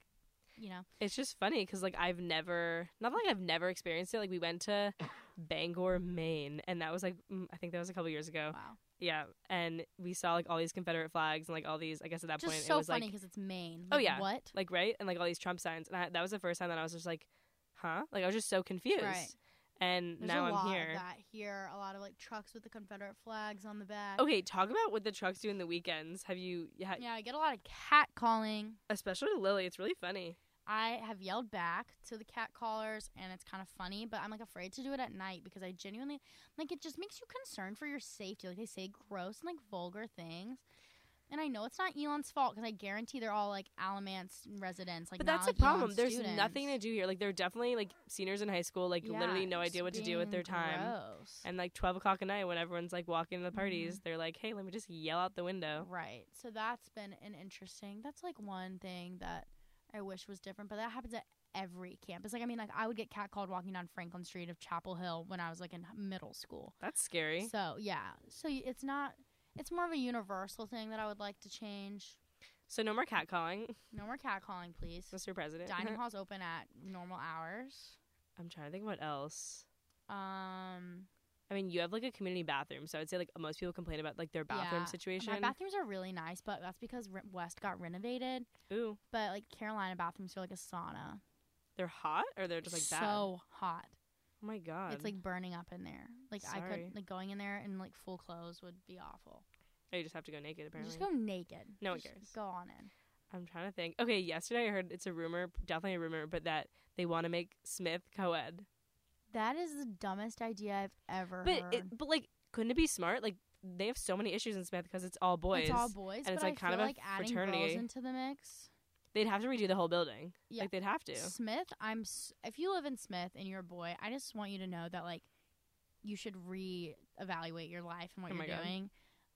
B: you know,
A: It's just funny because like I've never, not like I've never experienced it. Like we went to Bangor, Maine, and that was like mm, I think that was a couple years ago.
B: wow,
A: Yeah, and we saw like all these Confederate flags and like all these. I guess at that
B: just
A: point
B: so
A: it was
B: funny
A: like
B: because it's Maine.
A: Oh,
B: Like,
A: yeah.
B: what?
A: like right and like all these Trump signs, and I, that was the first time that I was just like, huh? Like I was just so confused. And
B: There's a
A: now
B: lot
A: I'm
B: of
A: here.
B: that here. A lot of like trucks with the Confederate flags on the back.
A: Okay, talk about what the trucks do in the weekends. Have you? Ha-
B: Yeah, I get a lot of cat calling.
A: Especially to Lily, it's really funny.
B: I have yelled back to the cat callers, and it's kind of funny, but I'm like afraid to do it at night because I genuinely like it just makes you concerned for your safety. Like they say gross and like vulgar things. And I know it's not Elon's fault because I guarantee they're all like Alamance residents. Like,
A: but
B: not,
A: that's
B: like,
A: the problem.
B: Elon's
A: There's
B: students.
A: nothing to do here. Like they're definitely like seniors in high school, like
B: Yeah,
A: literally no
B: it's
A: idea what to do with their
B: being
A: time.
B: gross.
A: And like twelve o'clock at night, when everyone's like walking to the
B: Mm-hmm.
A: parties, they're like, "Hey, let me just yell out the window."
B: Right. So that's been an interesting. That's like one thing that I wish was different, but that happens at every campus. Like I mean, like I would get catcalled walking down Franklin Street of Chapel Hill when I was like in middle school.
A: That's scary.
B: So yeah, so y- it's not. It's more of a universal thing that I would like to change.
A: So no more catcalling,
B: No more catcalling, please.
A: Mr. President. *laughs*
B: Dining halls open at normal hours.
A: I'm trying to think what else.
B: Um,
A: I mean, you have like a community bathroom, so I'd say like most people complain about like their bathroom
B: Yeah,
A: situation.
B: my bathrooms are really nice, but that's because Re- West got renovated.
A: Ooh,
B: But like Carolina bathrooms are like a sauna.
A: they're hot or they're just like bad. Oh
B: so hot.
A: my god,
B: It's like burning up in there. Like I
A: Sorry.
B: could like going in there in like full clothes would be awful.
A: oh, you just have to go naked
B: You
A: apparently.
B: Just go naked.
A: No one
B: Just
A: cares.
B: Go on in.
A: I'm trying to think. Okay, yesterday I heard it's a rumor, definitely a rumor, but that they want to make Smith co-ed.
B: That is the dumbest idea I've ever
A: But
B: heard.
A: it, but like, couldn't it be smart? Like they have so many issues in Smith because it's all boys.
B: It's all boys,
A: and it's,
B: but I
A: like, kind
B: feel
A: of a
B: like adding girls
A: fraternity.
B: into the mix.
A: They'd have to redo the whole building.
B: Yeah.
A: Like they'd have to.
B: Smith, I'm. s- If you live in Smith and you're a boy, I just want you to know that like you should reevaluate your life and what
A: Oh my
B: you're
A: God.
B: doing.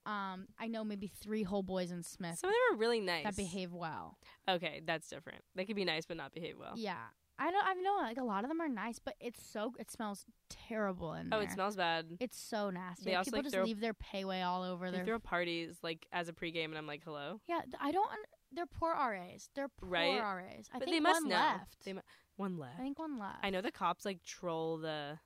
B: Um, I know maybe three whole boys in Smith
A: Some of them are really nice.
B: that behave well.
A: Okay, that's different. They could be nice but not behave well.
B: Yeah, I don't. I know like a lot of them are nice, but it's so it smells terrible in
A: Oh,
B: there.
A: it smells bad.
B: It's so nasty.
A: They
B: Like,
A: also,
B: people
A: like,
B: just
A: throw-
B: leave their payway all over
A: They
B: their.
A: throw parties like as a pregame, and I'm like, hello.
B: yeah, th- I don't. Un- they're poor RAs. They're poor
A: Right.
B: RAs. I
A: But
B: think
A: they must
B: one
A: know.
B: left.
A: They mu- One left.
B: I think one left.
A: I know the cops like troll the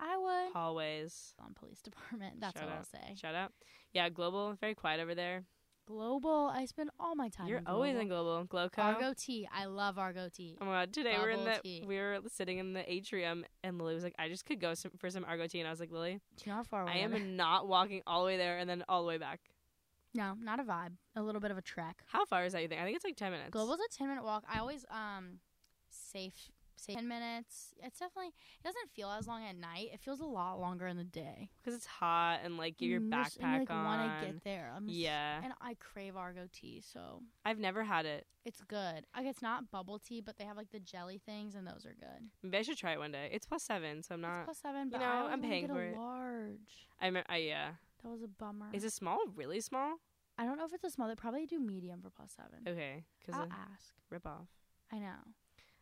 B: I would.
A: hallways.
B: On police department. That's
A: Shout
B: all I'll
A: out.
B: say.
A: Shout out. Yeah, Global, very quiet over there.
B: Global. I spend all my time.
A: You're
B: in
A: always
B: Global.
A: in Global. Gloco.
B: Argo tea. I love Argo tea.
A: Oh my god! Today we're in
B: Bubble
A: the
B: tea.
A: we were sitting in the atrium, and Lily was like, "I just could go some, for some Argo tea," and I was like, "Lily,
B: Do you know how far away
A: I am not walking all the way there and then all the way back.
B: No, not a vibe. A little bit of a trek.
A: How far is that? You think? I think it's like ten minutes.
B: Global's a ten minute walk. I always um safe say ten minutes. It's definitely it doesn't feel as long at night. It feels a lot longer in the day.
A: because it's hot and like get your
B: Mm, And you're just-
A: backpack
B: and you, like,
A: on.
B: Wanna get there? I'm just-
A: yeah,
B: And I crave Argo tea, so
A: I've never had it.
B: it's good. Like it's not bubble tea, but they have like the jelly things, and those are good.
A: Maybe I should try it one day. It's plus seven, so I'm
B: it's
A: not.
B: plus seven, but
A: know,
B: I
A: I'm
B: always wanna
A: paying
B: get
A: for
B: a
A: it.
B: large.
A: I remember. I yeah.
B: That was a bummer.
A: Is it small? Really small?
B: I don't know if it's a small. They probably do medium for plus seven.
A: Okay, because
B: I'll
A: of
B: ask.
A: rip off.
B: I know.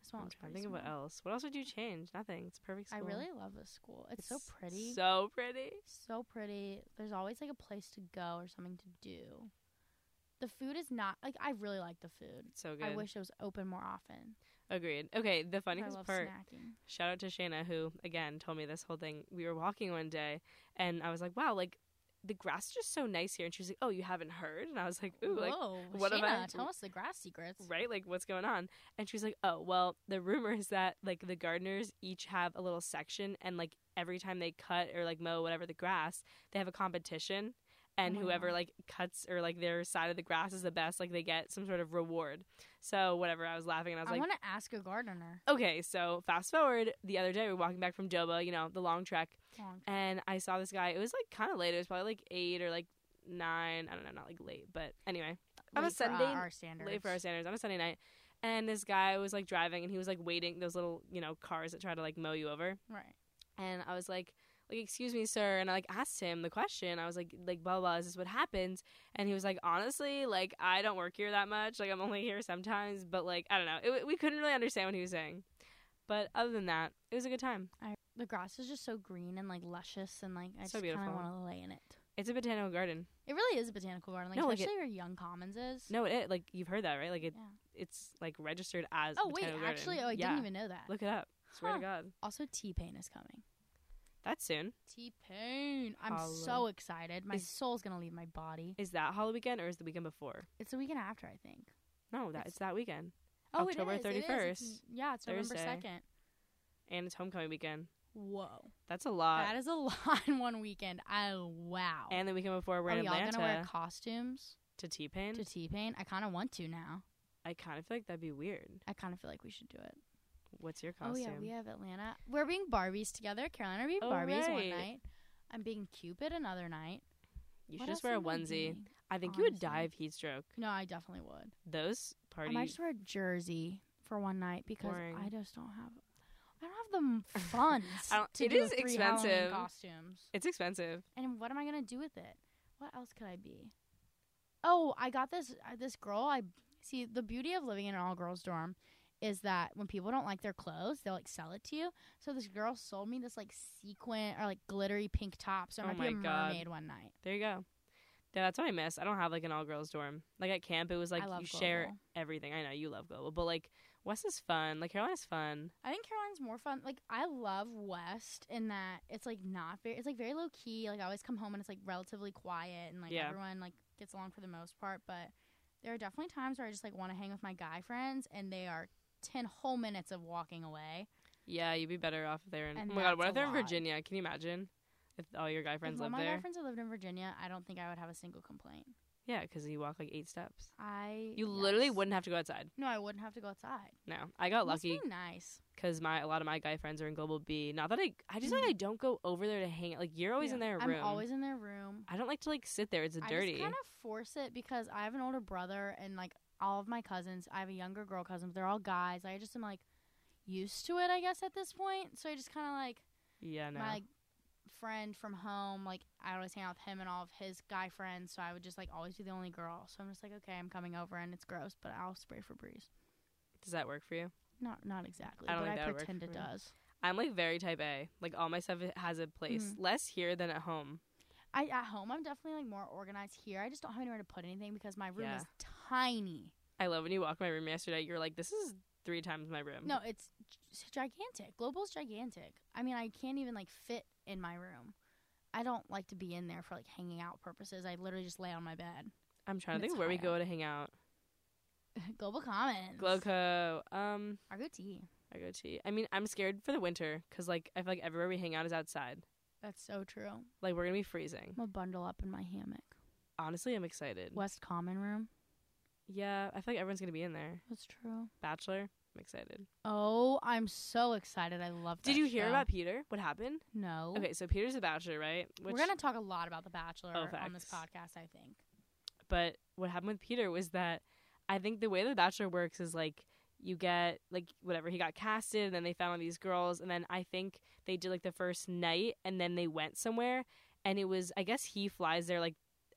B: This one
A: I'm
B: was
A: trying
B: pretty
A: to think of what
B: Ah, small.
A: else. What else would you change? Nothing. It's a perfect.
B: I
A: School.
B: really love this school. It's, so pretty.
A: So pretty.
B: so pretty. There's always like a place to go or something to do. The food is not like I really like the food.
A: So good.
B: I wish it was open more often.
A: Agreed. Okay, the
B: I
A: funniest
B: love
A: part.
B: snacking.
A: Shout out to Shayna, who again told me this whole thing. We were walking one day, and I was like, "Wow, like the grass is just so nice here." And she was like, "Oh, you haven't heard?" And I was like, "Ooh, like
B: Whoa,
A: what have
B: Shayna,
A: I-
B: tell us the grass secrets.
A: right, like what's going on?" And she was like, "Oh, well, the rumor is that like the gardeners each have a little section, and like every time they cut or like mow whatever the grass, they have a competition." And
B: my
A: whoever
B: God.
A: like cuts or like their side of the grass is the best, like they get some sort of reward. So whatever, I was laughing and I
B: I,
A: was like,
B: want to ask a gardener.
A: okay. So fast forward, the other day we were walking back from Doba, you know, the long trek,
B: Long-
A: and I saw this guy. It was like kind of late. It was probably like eight or like nine. I don't know, not like late, but anyway, on a
B: late for, uh,
A: Sunday-
B: our standards.
A: late for our standards on a Sunday night. And this guy was like driving, and he was like waiting those little you know cars that try to like mow you over.
B: Right.
A: And I was like, like excuse me, sir. And I like asked him the question. I was like, like blah blah, is this what happens? And he was like, honestly, like I don't work here that much. Like I'm only here sometimes, but like I don't know. It, we couldn't really understand what he was saying. But other than that, it was a good time.
B: I, the grass is just so green and like luscious and like I
A: So
B: just kind of
A: beautiful.
B: want to lay in it.
A: It's a botanical garden.
B: It really is a botanical garden, like
A: No, like it-
B: especially where Young Commons is.
A: No, it like you've heard that, right? Like it,
B: Yeah.
A: it's like registered as. a
B: Oh wait,
A: botanical garden.
B: actually, oh I
A: yeah.
B: didn't even know that.
A: look it up. Swear
B: Huh.
A: to God,
B: Also, T Pain is coming.
A: that's soon.
B: T Pain. I'm
A: Holla.
B: so excited. My
A: Is-
B: soul's gonna leave my body.
A: Is that Hollow weekend or is the weekend before?
B: It's the weekend after, I think.
A: No, that
B: It's-
A: it's that weekend,
B: Oh, it
A: October
B: is, it is. It's
A: 31st,
B: n- yeah, it's November
A: Thursday.
B: second.
A: and it's homecoming weekend.
B: Whoa,
A: That's a lot.
B: that is a *laughs* lot in one weekend. I wow.
A: Uh, and the weekend before we're
B: Are
A: in
B: y'all
A: Atlanta
B: gonna wear costumes
A: to T Pain.
B: to T Pain? I kind of want to now.
A: I kind of feel like that'd be weird.
B: I kind of feel like we should do it.
A: What's your costume?
B: Oh yeah, we have Atlanta. We're being Barbies together. Carolina are being
A: Oh,
B: Barbies one
A: right.
B: night. I'm being Cupid another night.
A: you
B: What
A: should just
B: else
A: wear a
B: am I
A: onesie.
B: being?
A: I think you would
B: Honestly.
A: die of heat stroke.
B: No, I definitely would.
A: Those
B: I
A: party.
B: might just wear a jersey for one night because
A: Boring.
B: I just don't have. I
A: *laughs*
B: don't have the funds.
A: I don't-
B: to
A: it
B: do a
A: is
B: free Halloween
A: expensive.
B: costumes.
A: it's expensive.
B: And what am I gonna do with it? What else could I be? Oh, I got this. Uh, this girl. I see. The beauty of living in an all girls dorm is that when people don't like their clothes, they'll like sell it to you. So this girl sold me this like sequin or like glittery pink top. So I
A: Oh
B: might be a
A: my God.
B: mermaid one night.
A: There you go. Yeah, that's what I miss. I don't have like an all girls dorm. Like at camp, it was like
B: I love
A: you share
B: Global.
A: everything. I know you love global, but like West is fun. Like Carolina's fun.
B: I think Caroline's more fun. Like I love West in that it's like not very. It's like very low key. Like I always come home and it's like relatively quiet and like
A: Yeah.
B: everyone like gets along for the most part. But there are definitely times where I just like want to hang with my guy friends and they are ten whole minutes of walking away.
A: Yeah, you'd be better off if they're in.
B: And
A: oh my god,
B: that's
A: what
B: a
A: if they're in
B: lot.
A: Virginia? Can you imagine if all your guy friends
B: if all
A: live
B: my
A: there?
B: guy friends that lived in Virginia, I don't think I would have a single complaint.
A: Yeah, because you walk like eight steps.
B: I
A: You literally
B: yes.
A: wouldn't have to go outside.
B: No, I wouldn't have to go outside.
A: No, I got
B: Must
A: lucky
B: be nice.
A: because my a lot of my guy friends are in Global B. Not that I, I just like I don't go over there to hang. out. Like you're always
B: Mm. Yeah.
A: in their room.
B: I'm always in their room.
A: I don't like to like sit there. It's
B: I
A: dirty.
B: just kind of force it because I have an older brother and like all of my cousins. I have a younger girl cousin, but they're all guys. I just am like used to it, I guess, at this point. So I just kind of like
A: yeah, no.
B: my like friend from home, like I always hang out with him and all of his guy friends, so I would just like always be the only girl. So I'm just like, okay, I'm coming over, and it's gross, but I'll spray for breeze.
A: Does that work for you?
B: Not not exactly,
A: I don't
B: but
A: think
B: I
A: that would work
B: pretend
A: for
B: it
A: me.
B: does.
A: I'm like very type A. Like all my stuff has a place.
B: Mm-hmm.
A: Less here than at home.
B: I at home, I'm definitely like more organized here. I just don't have anywhere to put anything because my room
A: Yeah.
B: is tiny.
A: I love when you walk my room yesterday. You're like, this is three times my room.
B: No, it's g- s- gigantic. Global's gigantic. I mean, I can't even like fit in my room. I don't like to be in there for like hanging out purposes. I literally just lay on my bed. *laughs*
A: I'm trying to
B: And
A: think
B: it's
A: where we
B: high
A: go to hang out.
B: Global Commons.
A: Gloco. Um,
B: Argoti.
A: I go to. I mean, I'm scared for the winter because like I feel like everywhere we hang out is outside.
B: That's so true. I'm
A: Like we're gonna be freezing.
B: gonna bundle up in my hammock.
A: Honestly, I'm excited.
B: West Common Room.
A: Yeah, I feel like everyone's gonna be in there.
B: That's true.
A: Bachelor. I'm excited.
B: Oh, I'm so excited. I love.
A: Did
B: that
A: you hear
B: show.
A: about Peter? What happened?
B: No.
A: Okay, so Peter's a bachelor, right?
B: Oh. We're gonna talk a lot about The Bachelor
A: Oh,
B: on this
A: facts.
B: podcast. I think.
A: But what happened with Peter was that I think the way the Bachelor works is like you get like whatever he got casted, and then they found all these girls, and then I think they did like the first night, and then they went somewhere, and it was I guess he flies there like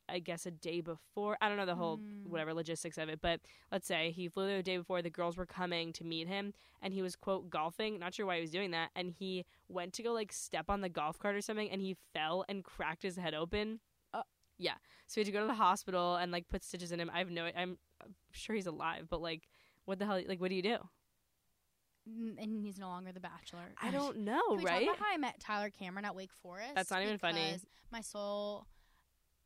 A: I guess a day before. I don't know the whole
B: Mm.
A: whatever logistics of it, but let's say he flew there the day before. The girls were coming to meet him, and he was quote golfing. Not sure why he was doing that, and he went to go like step on the golf cart or something, and he fell and cracked his head open. So he had to go to the hospital and like put stitches in him. I have no. I'm sure he's alive, but like, what the hell? Like, what do you do?
B: N- And he's no longer The Bachelor.
A: I don't know,
B: Can we
A: Oh, right?
B: talk about how I met Tyler Cameron at Wake Forest?
A: That's not even funny.
B: Because My soul.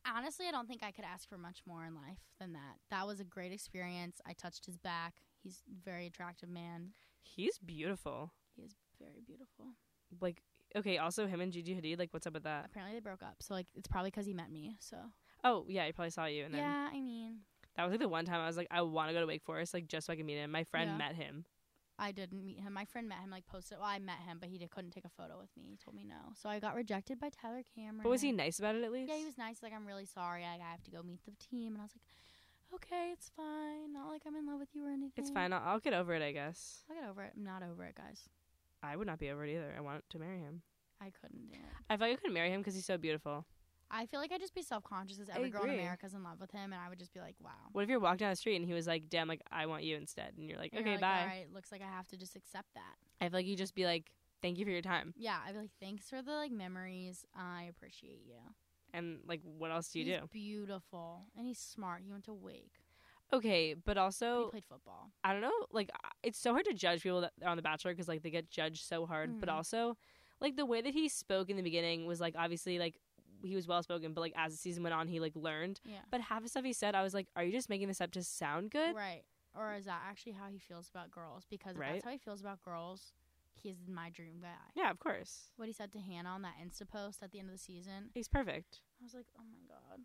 B: Honestly, I don't think I could ask for much more in life than that. That was a great experience. I touched his back. He's a very attractive man.
A: he's beautiful.
B: He is very beautiful.
A: Like, okay. Also, him and Gigi Hadid. Like, what's up with that?
B: Apparently, they broke up, so like it's probably because he met me. So
A: Oh yeah, he probably saw you, and then
B: yeah, I mean,
A: that was like the one time I was like, I want to go to Wake Forest, like just so I can meet him. My friend
B: Yeah.
A: met him.
B: I didn't meet him. My friend met him, like posted. Well, I met him, but he did, couldn't take a photo with me. He told me no, so I got rejected by Tyler Cameron.
A: But was he nice about it at least?
B: Yeah, he was nice. Like, I'm really sorry. Like, I have to go meet the team. And I was like, okay, it's fine. Not like I'm in love with you or anything.
A: It's fine. I'll, I'll get over it, I guess.
B: I'll get over it. I'm not over it, guys.
A: I would not be over it either. I want to marry him.
B: I couldn't do it.
A: I feel like I could marry him because he's so beautiful.
B: I feel like I'd just be self conscious as
A: I
B: every girl in
A: agree.
B: America's in love with him. And I would just be like, wow.
A: What if you're walking down the street and he was like, "Damn, like I want you instead," and you're like,
B: And
A: "Okay,
B: you're like,
A: bye."
B: All right, looks like I have to just accept that.
A: I feel like you'd just be like, "Thank you for your time."
B: Yeah, I'd be like, thanks for the like memories. I appreciate you.
A: and like what else do you
B: he's
A: do
B: beautiful and he's smart. He went to Wake.
A: okay but
B: but
A: also
B: he played football.
A: i don't know like I- it's so hard to judge people that are on the bachelor because like they get judged so hard but
B: Mhm.
A: also like the way that he spoke in the beginning was like obviously like he was well spoken but like as the season went on he like learned
B: Yeah.
A: but half the stuff he said i was like are you just making this up to sound good
B: Right. Or is that actually how he feels about girls? Because if
A: Right.
B: that's how he feels about girls, he is my dream guy.
A: yeah of course
B: What he said to Hannah on that Insta post at the end of the season,
A: he's perfect
B: I was like, oh my god.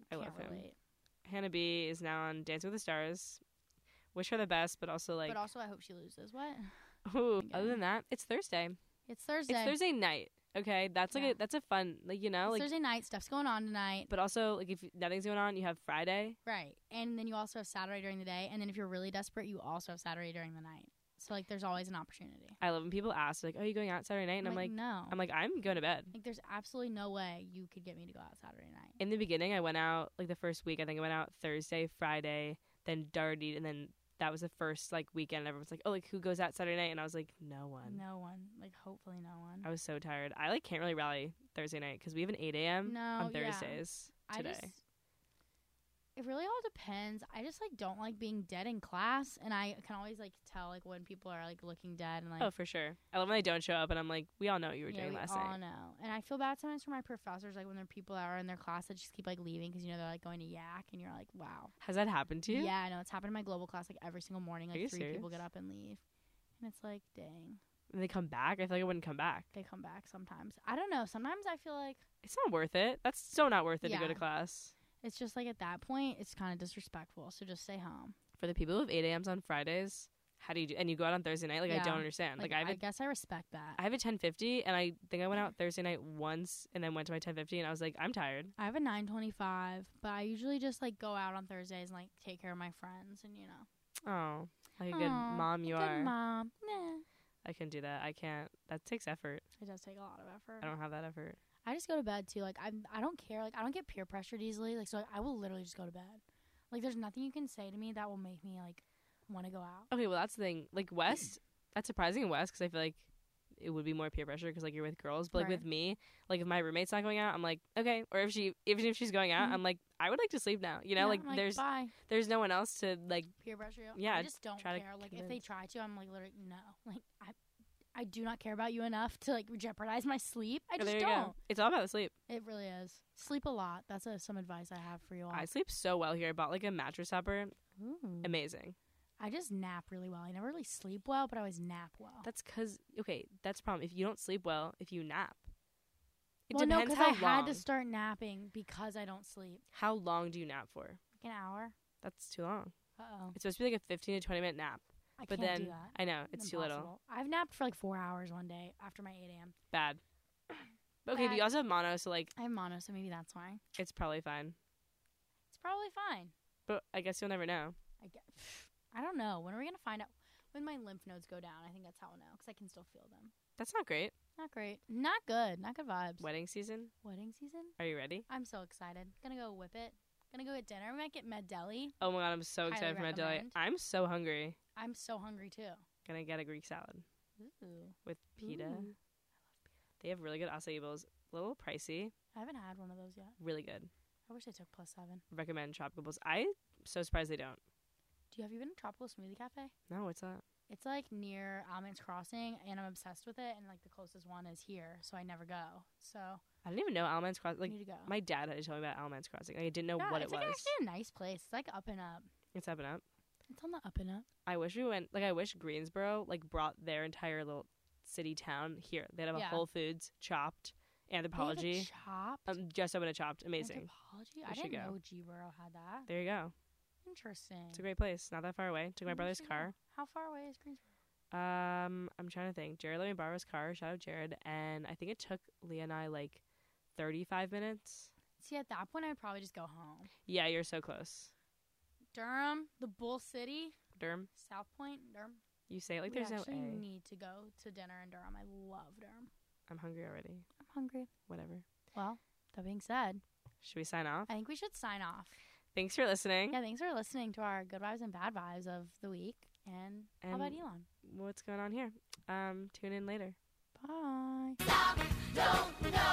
A: I
B: Can't
A: love him.
B: relate.
A: hannah b is now on dance with the stars wish her the best but also like
B: but also, I hope she loses. What?
A: *laughs* ooh,
B: Yeah.
A: other than that it's thursday
B: It's Thursday.
A: it's thursday night okay that's like
B: Yeah.
A: a that's a fun like you know
B: It's
A: like
B: Thursday night. Stuff's going on tonight.
A: But also, like, if nothing's going on, you have Friday.
B: Right. And then you also have Saturday during the day. And then if you're really desperate, you also have Saturday during the night. So, like, there's always an opportunity.
A: I love when people ask, like, "Are you going out Saturday night?" And I'm like,
B: no.
A: I'm like, I'm going to bed.
B: like, there's absolutely no way you could get me to go out Saturday night.
A: In the beginning, I went out like the first week. I think I went out Thursday, Friday, then darted, and then that was the first like weekend. Everyone's like, "Oh, like who goes out Saturday night?" And I was like, "No one."
B: No one. Like, hopefully, no one.
A: I was so tired. I like can't really rally Thursday night because we have an 8 a.m.
B: No,
A: on
B: yeah.
A: Thursdays today.
B: I just, it really all depends. I just like don't like being dead in class, and I can always like tell like when people are like looking dead and like
A: oh, for sure. I love when they don't show up, and I'm like, "We all know what you were
B: yeah,
A: doing
B: we
A: last
B: all
A: night."
B: know. And I feel bad sometimes for my professors, like when there are people that are in their class that just keep like leaving because you know they're like going to yak, and you're like, wow.
A: Has that happened to you?
B: Yeah, I know it's happened in my global class like every single morning. Like
A: you
B: three people
A: serious?
B: get up and leave, and it's like, dang,
A: And they come back. I feel like I wouldn't come back.
B: they come back sometimes. I don't know. Sometimes I feel like
A: It's not worth it. That's so not worth it to go
B: Yeah.
A: to class.
B: it's just like at that point it's kind of disrespectful. So just stay home.
A: for the people who have 8 a.m.s on Fridays, how do you do? And you go out on Thursday night? Like, I
B: Yeah.
A: don't understand. Like, I have a,
B: I guess I respect that.
A: I have a 1050, and I think I went out Thursday night once and then went to my 1050, and I was like, I'm tired.
B: I have a 925, but I usually just like go out on Thursdays and like take care of my friends and you know.
A: Oh, like a good
B: Aw,
A: mom you
B: Good
A: are.
B: mom. Nah.
A: I couldn't do that. I can't. That takes effort.
B: It does take a lot of effort.
A: I don't have that effort.
B: I just go to bed too. Like I'm, I don't care. Like I don't get peer pressured easily. Like so, I will literally just go to bed. Like there's nothing you can say to me that will make me like want to go out.
A: Okay, well that's the thing. Like West, that's surprising in West because I feel like it would be more peer pressure because like you're with girls. But like
B: Right.
A: with me, like if my roommate's not going out, I'm like okay. Or if she, even if she's going out,
B: Mhm.
A: I'm like I would like to sleep now. You know,
B: Yeah,
A: Mm-hmm. like,
B: I'm
A: there's
B: bye.
A: there's no one else to like.
B: peer pressure.
A: Yeah,
B: I just don't
A: try to
B: care. Like if they
A: convince.
B: try to, I'm like literally no. *laughs* Like I, I do not care about you enough to like jeopardize my sleep. I
A: Oh,
B: just
A: there you
B: don't.
A: go. It's all about the sleep.
B: It really is. Sleep a lot. That's uh some advice I have for you all.
A: I sleep so well here. I bought like a mattress topper.
B: Ooh.
A: Amazing.
B: I just nap really well. I never really sleep well, but I always nap well.
A: That's because okay, that's the problem. If you don't sleep well, if you nap, it
B: well, no,
A: depends
B: because
A: how
B: I
A: long.
B: had to start napping because I don't sleep.
A: how long do you nap for?
B: Like an hour.
A: That's too long.
B: Uh oh.
A: It's supposed to be like a fifteen to twenty minute nap.
B: I
A: but
B: can't
A: then
B: do that.
A: I know it's too little.
B: Impossible. I've napped for like four hours one day after my 8 a.m. *clears throat*
A: Bad. But okay, but
B: Bad.
A: you also have mono, so like
B: I have mono, so maybe that's why.
A: it's probably fine.
B: It's probably fine.
A: But I guess you'll never know.
B: I guess. *sighs* I don't know. When are we gonna find out? When my lymph nodes go down, I think that's how I'll know because I can still feel them.
A: That's not great.
B: Not great. Not good. Not good vibes.
A: Wedding season.
B: Wedding season.
A: Are you ready?
B: I'm so excited. Gonna go whip it. Gonna go get dinner. We might get med deli.
A: Oh my god, I'm so
B: Highly
A: excited for my deli.
B: recommend.
A: I'm so hungry.
B: I'm so hungry too.
A: Gonna get a Greek salad
B: Ooh.
A: with pita.
B: Ooh.
A: They have really good acai bowls. A little pricey,
B: I haven't had one of those yet.
A: really good.
B: I wish I took plus seven.
A: Recommend tropical bowls. I'm so surprised they don't.
B: Do you have you been to Tropical Smoothie Cafe?
A: No, what's that?
B: It's like near Almonds Crossing, and I'm obsessed with it. And like the closest one is here, so I never go. So
A: I didn't even know Alamance Crossing.
B: like,
A: Like
B: need to go.
A: my dad had to tell me about Alamance Crossing. Like, I didn't know
B: Yeah,
A: what it
B: it's
A: was.
B: like actually a nice place. It's like up and up.
A: it's up and up.
B: It's on the up and up.
A: I wish we went. Like I wish Greensboro like brought their entire little city town here. They'd have
B: Yeah.
A: a Whole Foods, Chopped,
B: They have a
A: Anthropology.
B: Chopped.
A: Um, just open a Chopped. Amazing.
B: Anthropology?
A: We
B: I
A: should
B: didn't
A: go.
B: know G Burrow had that.
A: There you go.
B: Interesting.
A: It's a great place. Not that far away. Took my
B: Maybe we
A: brother's
B: should go.
A: car.
B: How far away is Greensboro?
A: Um, I'm trying to think. Jared let me borrow his car. Shout out Jared. And I think it took Leah and I like 35 minutes.
B: See, at that point, I'd probably just go home.
A: Yeah, you're so close.
B: Durham, the Bull City,
A: Durham.
B: South Point, Durham.
A: You say it like
B: we
A: there's no
B: actually
A: A.
B: need to go to dinner in Durham. I love Durham.
A: I'm hungry already.
B: I'm hungry.
A: Whatever.
B: Well, that being said,
A: Should we sign off?
B: I think we should sign off.
A: Thanks for listening.
B: Yeah, thanks for listening to our good vibes and bad vibes of the week. And, how about
A: And-
B: Elon?
A: What's going on here? Um, tune in later.
B: Bye.
C: Stop, don't, no.